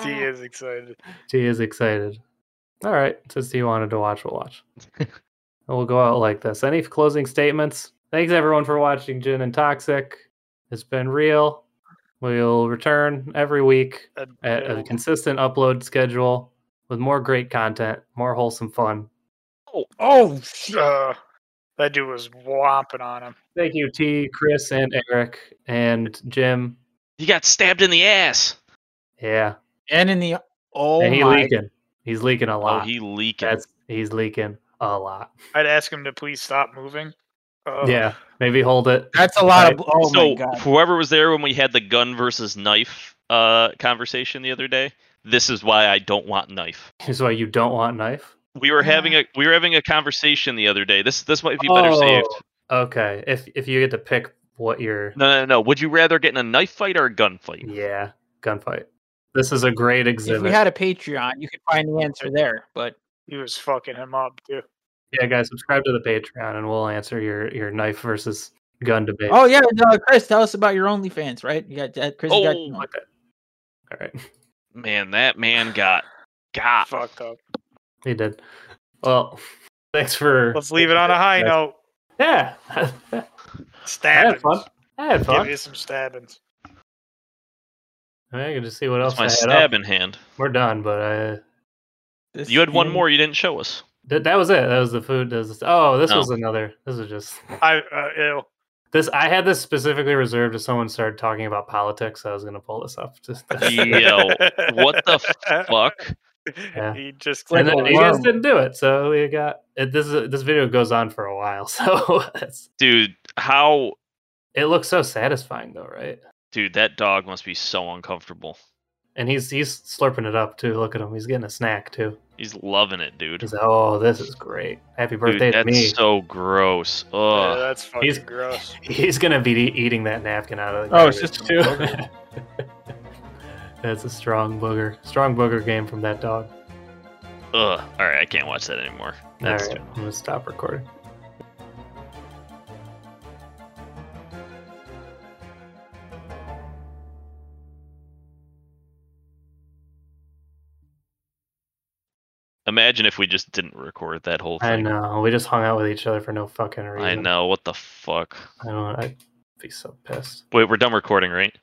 D: T is excited.
C: T is excited. All right, since he wanted to watch, we'll watch. And we'll go out like this. Any closing statements? Thanks everyone for watching Gin and Toxic. It's been real. We'll return every week
D: Uh,
C: at a
D: yeah.
C: consistent upload schedule with more great content, more wholesome fun.
A: Oh, shit.
D: Uh, that dude was whopping on him.
C: Thank you, T, Chris, and Eric, and Jim.
B: He got stabbed in the ass.
C: Yeah,
A: and in the oh
C: and he
A: my
C: leaking. He's leaking a
B: Oh,
C: lot.
B: he leaking.
C: That's he's leaking a lot.
D: I'd ask him to please stop moving. Uh,
C: Yeah, maybe hold it.
A: That's a lot of. Oh
B: so
A: my god!
B: whoever was there when we had the gun versus knife uh, conversation the other day, this is why I don't want knife.
C: Here's why you don't want knife.
B: We were having a we were having a conversation the other day. This this might be better
C: Oh.
B: saved.
C: Okay, if if you get to pick what your
B: No, no, no. Would you rather get in a knife fight or a gunfight?
C: yeah gunfight. This is a great
A: If we
C: exhibit.
A: had a Patreon, you could find the answer there. But
D: He was fucking him up too.
C: yeah, guys, subscribe to the Patreon and we'll answer your your knife versus gun debate.
A: oh yeah, no, Chris, tell us about your OnlyFans, right? You got that, Chris? you got-
B: Oh,
C: Okay. All right,
B: Man, that man got got.
D: Fucked up.
C: he did. Well, thanks for
D: Let's leave it on a high note.
C: yeah. I had
D: Stabbings.
C: fun. I had
D: Give
C: fun.
D: you some stabbings.
C: I, mean, I can just see what else
B: That's my
C: I had. up.
B: stabbing hand.
C: We're done, but I,
A: this
B: You had one
C: Hmm.
A: man-
B: more you didn't show us.
C: th- that was it. That was the food. That was the, oh, this
B: No.
C: was another. This is just
D: I uh, ew.
C: This I had this specifically reserved if someone started talking about politics. I was going to pull this up. Just
B: Yo, what the fuck?
C: Yeah.
D: He just
C: and
A: like
C: then
A: a
C: you guys
A: worm.
C: didn't do it, so we got it, this. Is, this video goes on for a while, so it's,
B: Dude, how
C: it looks so satisfying though, right?
B: dude, that dog must be so uncomfortable.
C: And he's he's slurping it up too. Look at him; he's getting a snack too.
B: He's loving it, dude.
C: He's like, "Oh, this is great! Happy
B: Dude,
C: birthday to
B: that's
C: me!"
B: so gross.
D: Yeah,
B: Ugh.
D: that's fucking
C: He's-
D: gross.
C: He's gonna be e-, eating that napkin out of the.
A: Oh, it's
C: garbage,
A: just a
C: too. that's a strong booger, strong booger game from that dog.
B: Ugh. All right, I can't watch that anymore.
C: All
B: That's
C: right, I'm gonna stop recording.
B: Imagine if we just didn't record that whole
C: I
B: thing.
C: know. We just hung out with each other for no fucking reason.
B: I know. What the fuck?
C: I don't. I'd be so pissed.
B: Wait, we're done recording, right?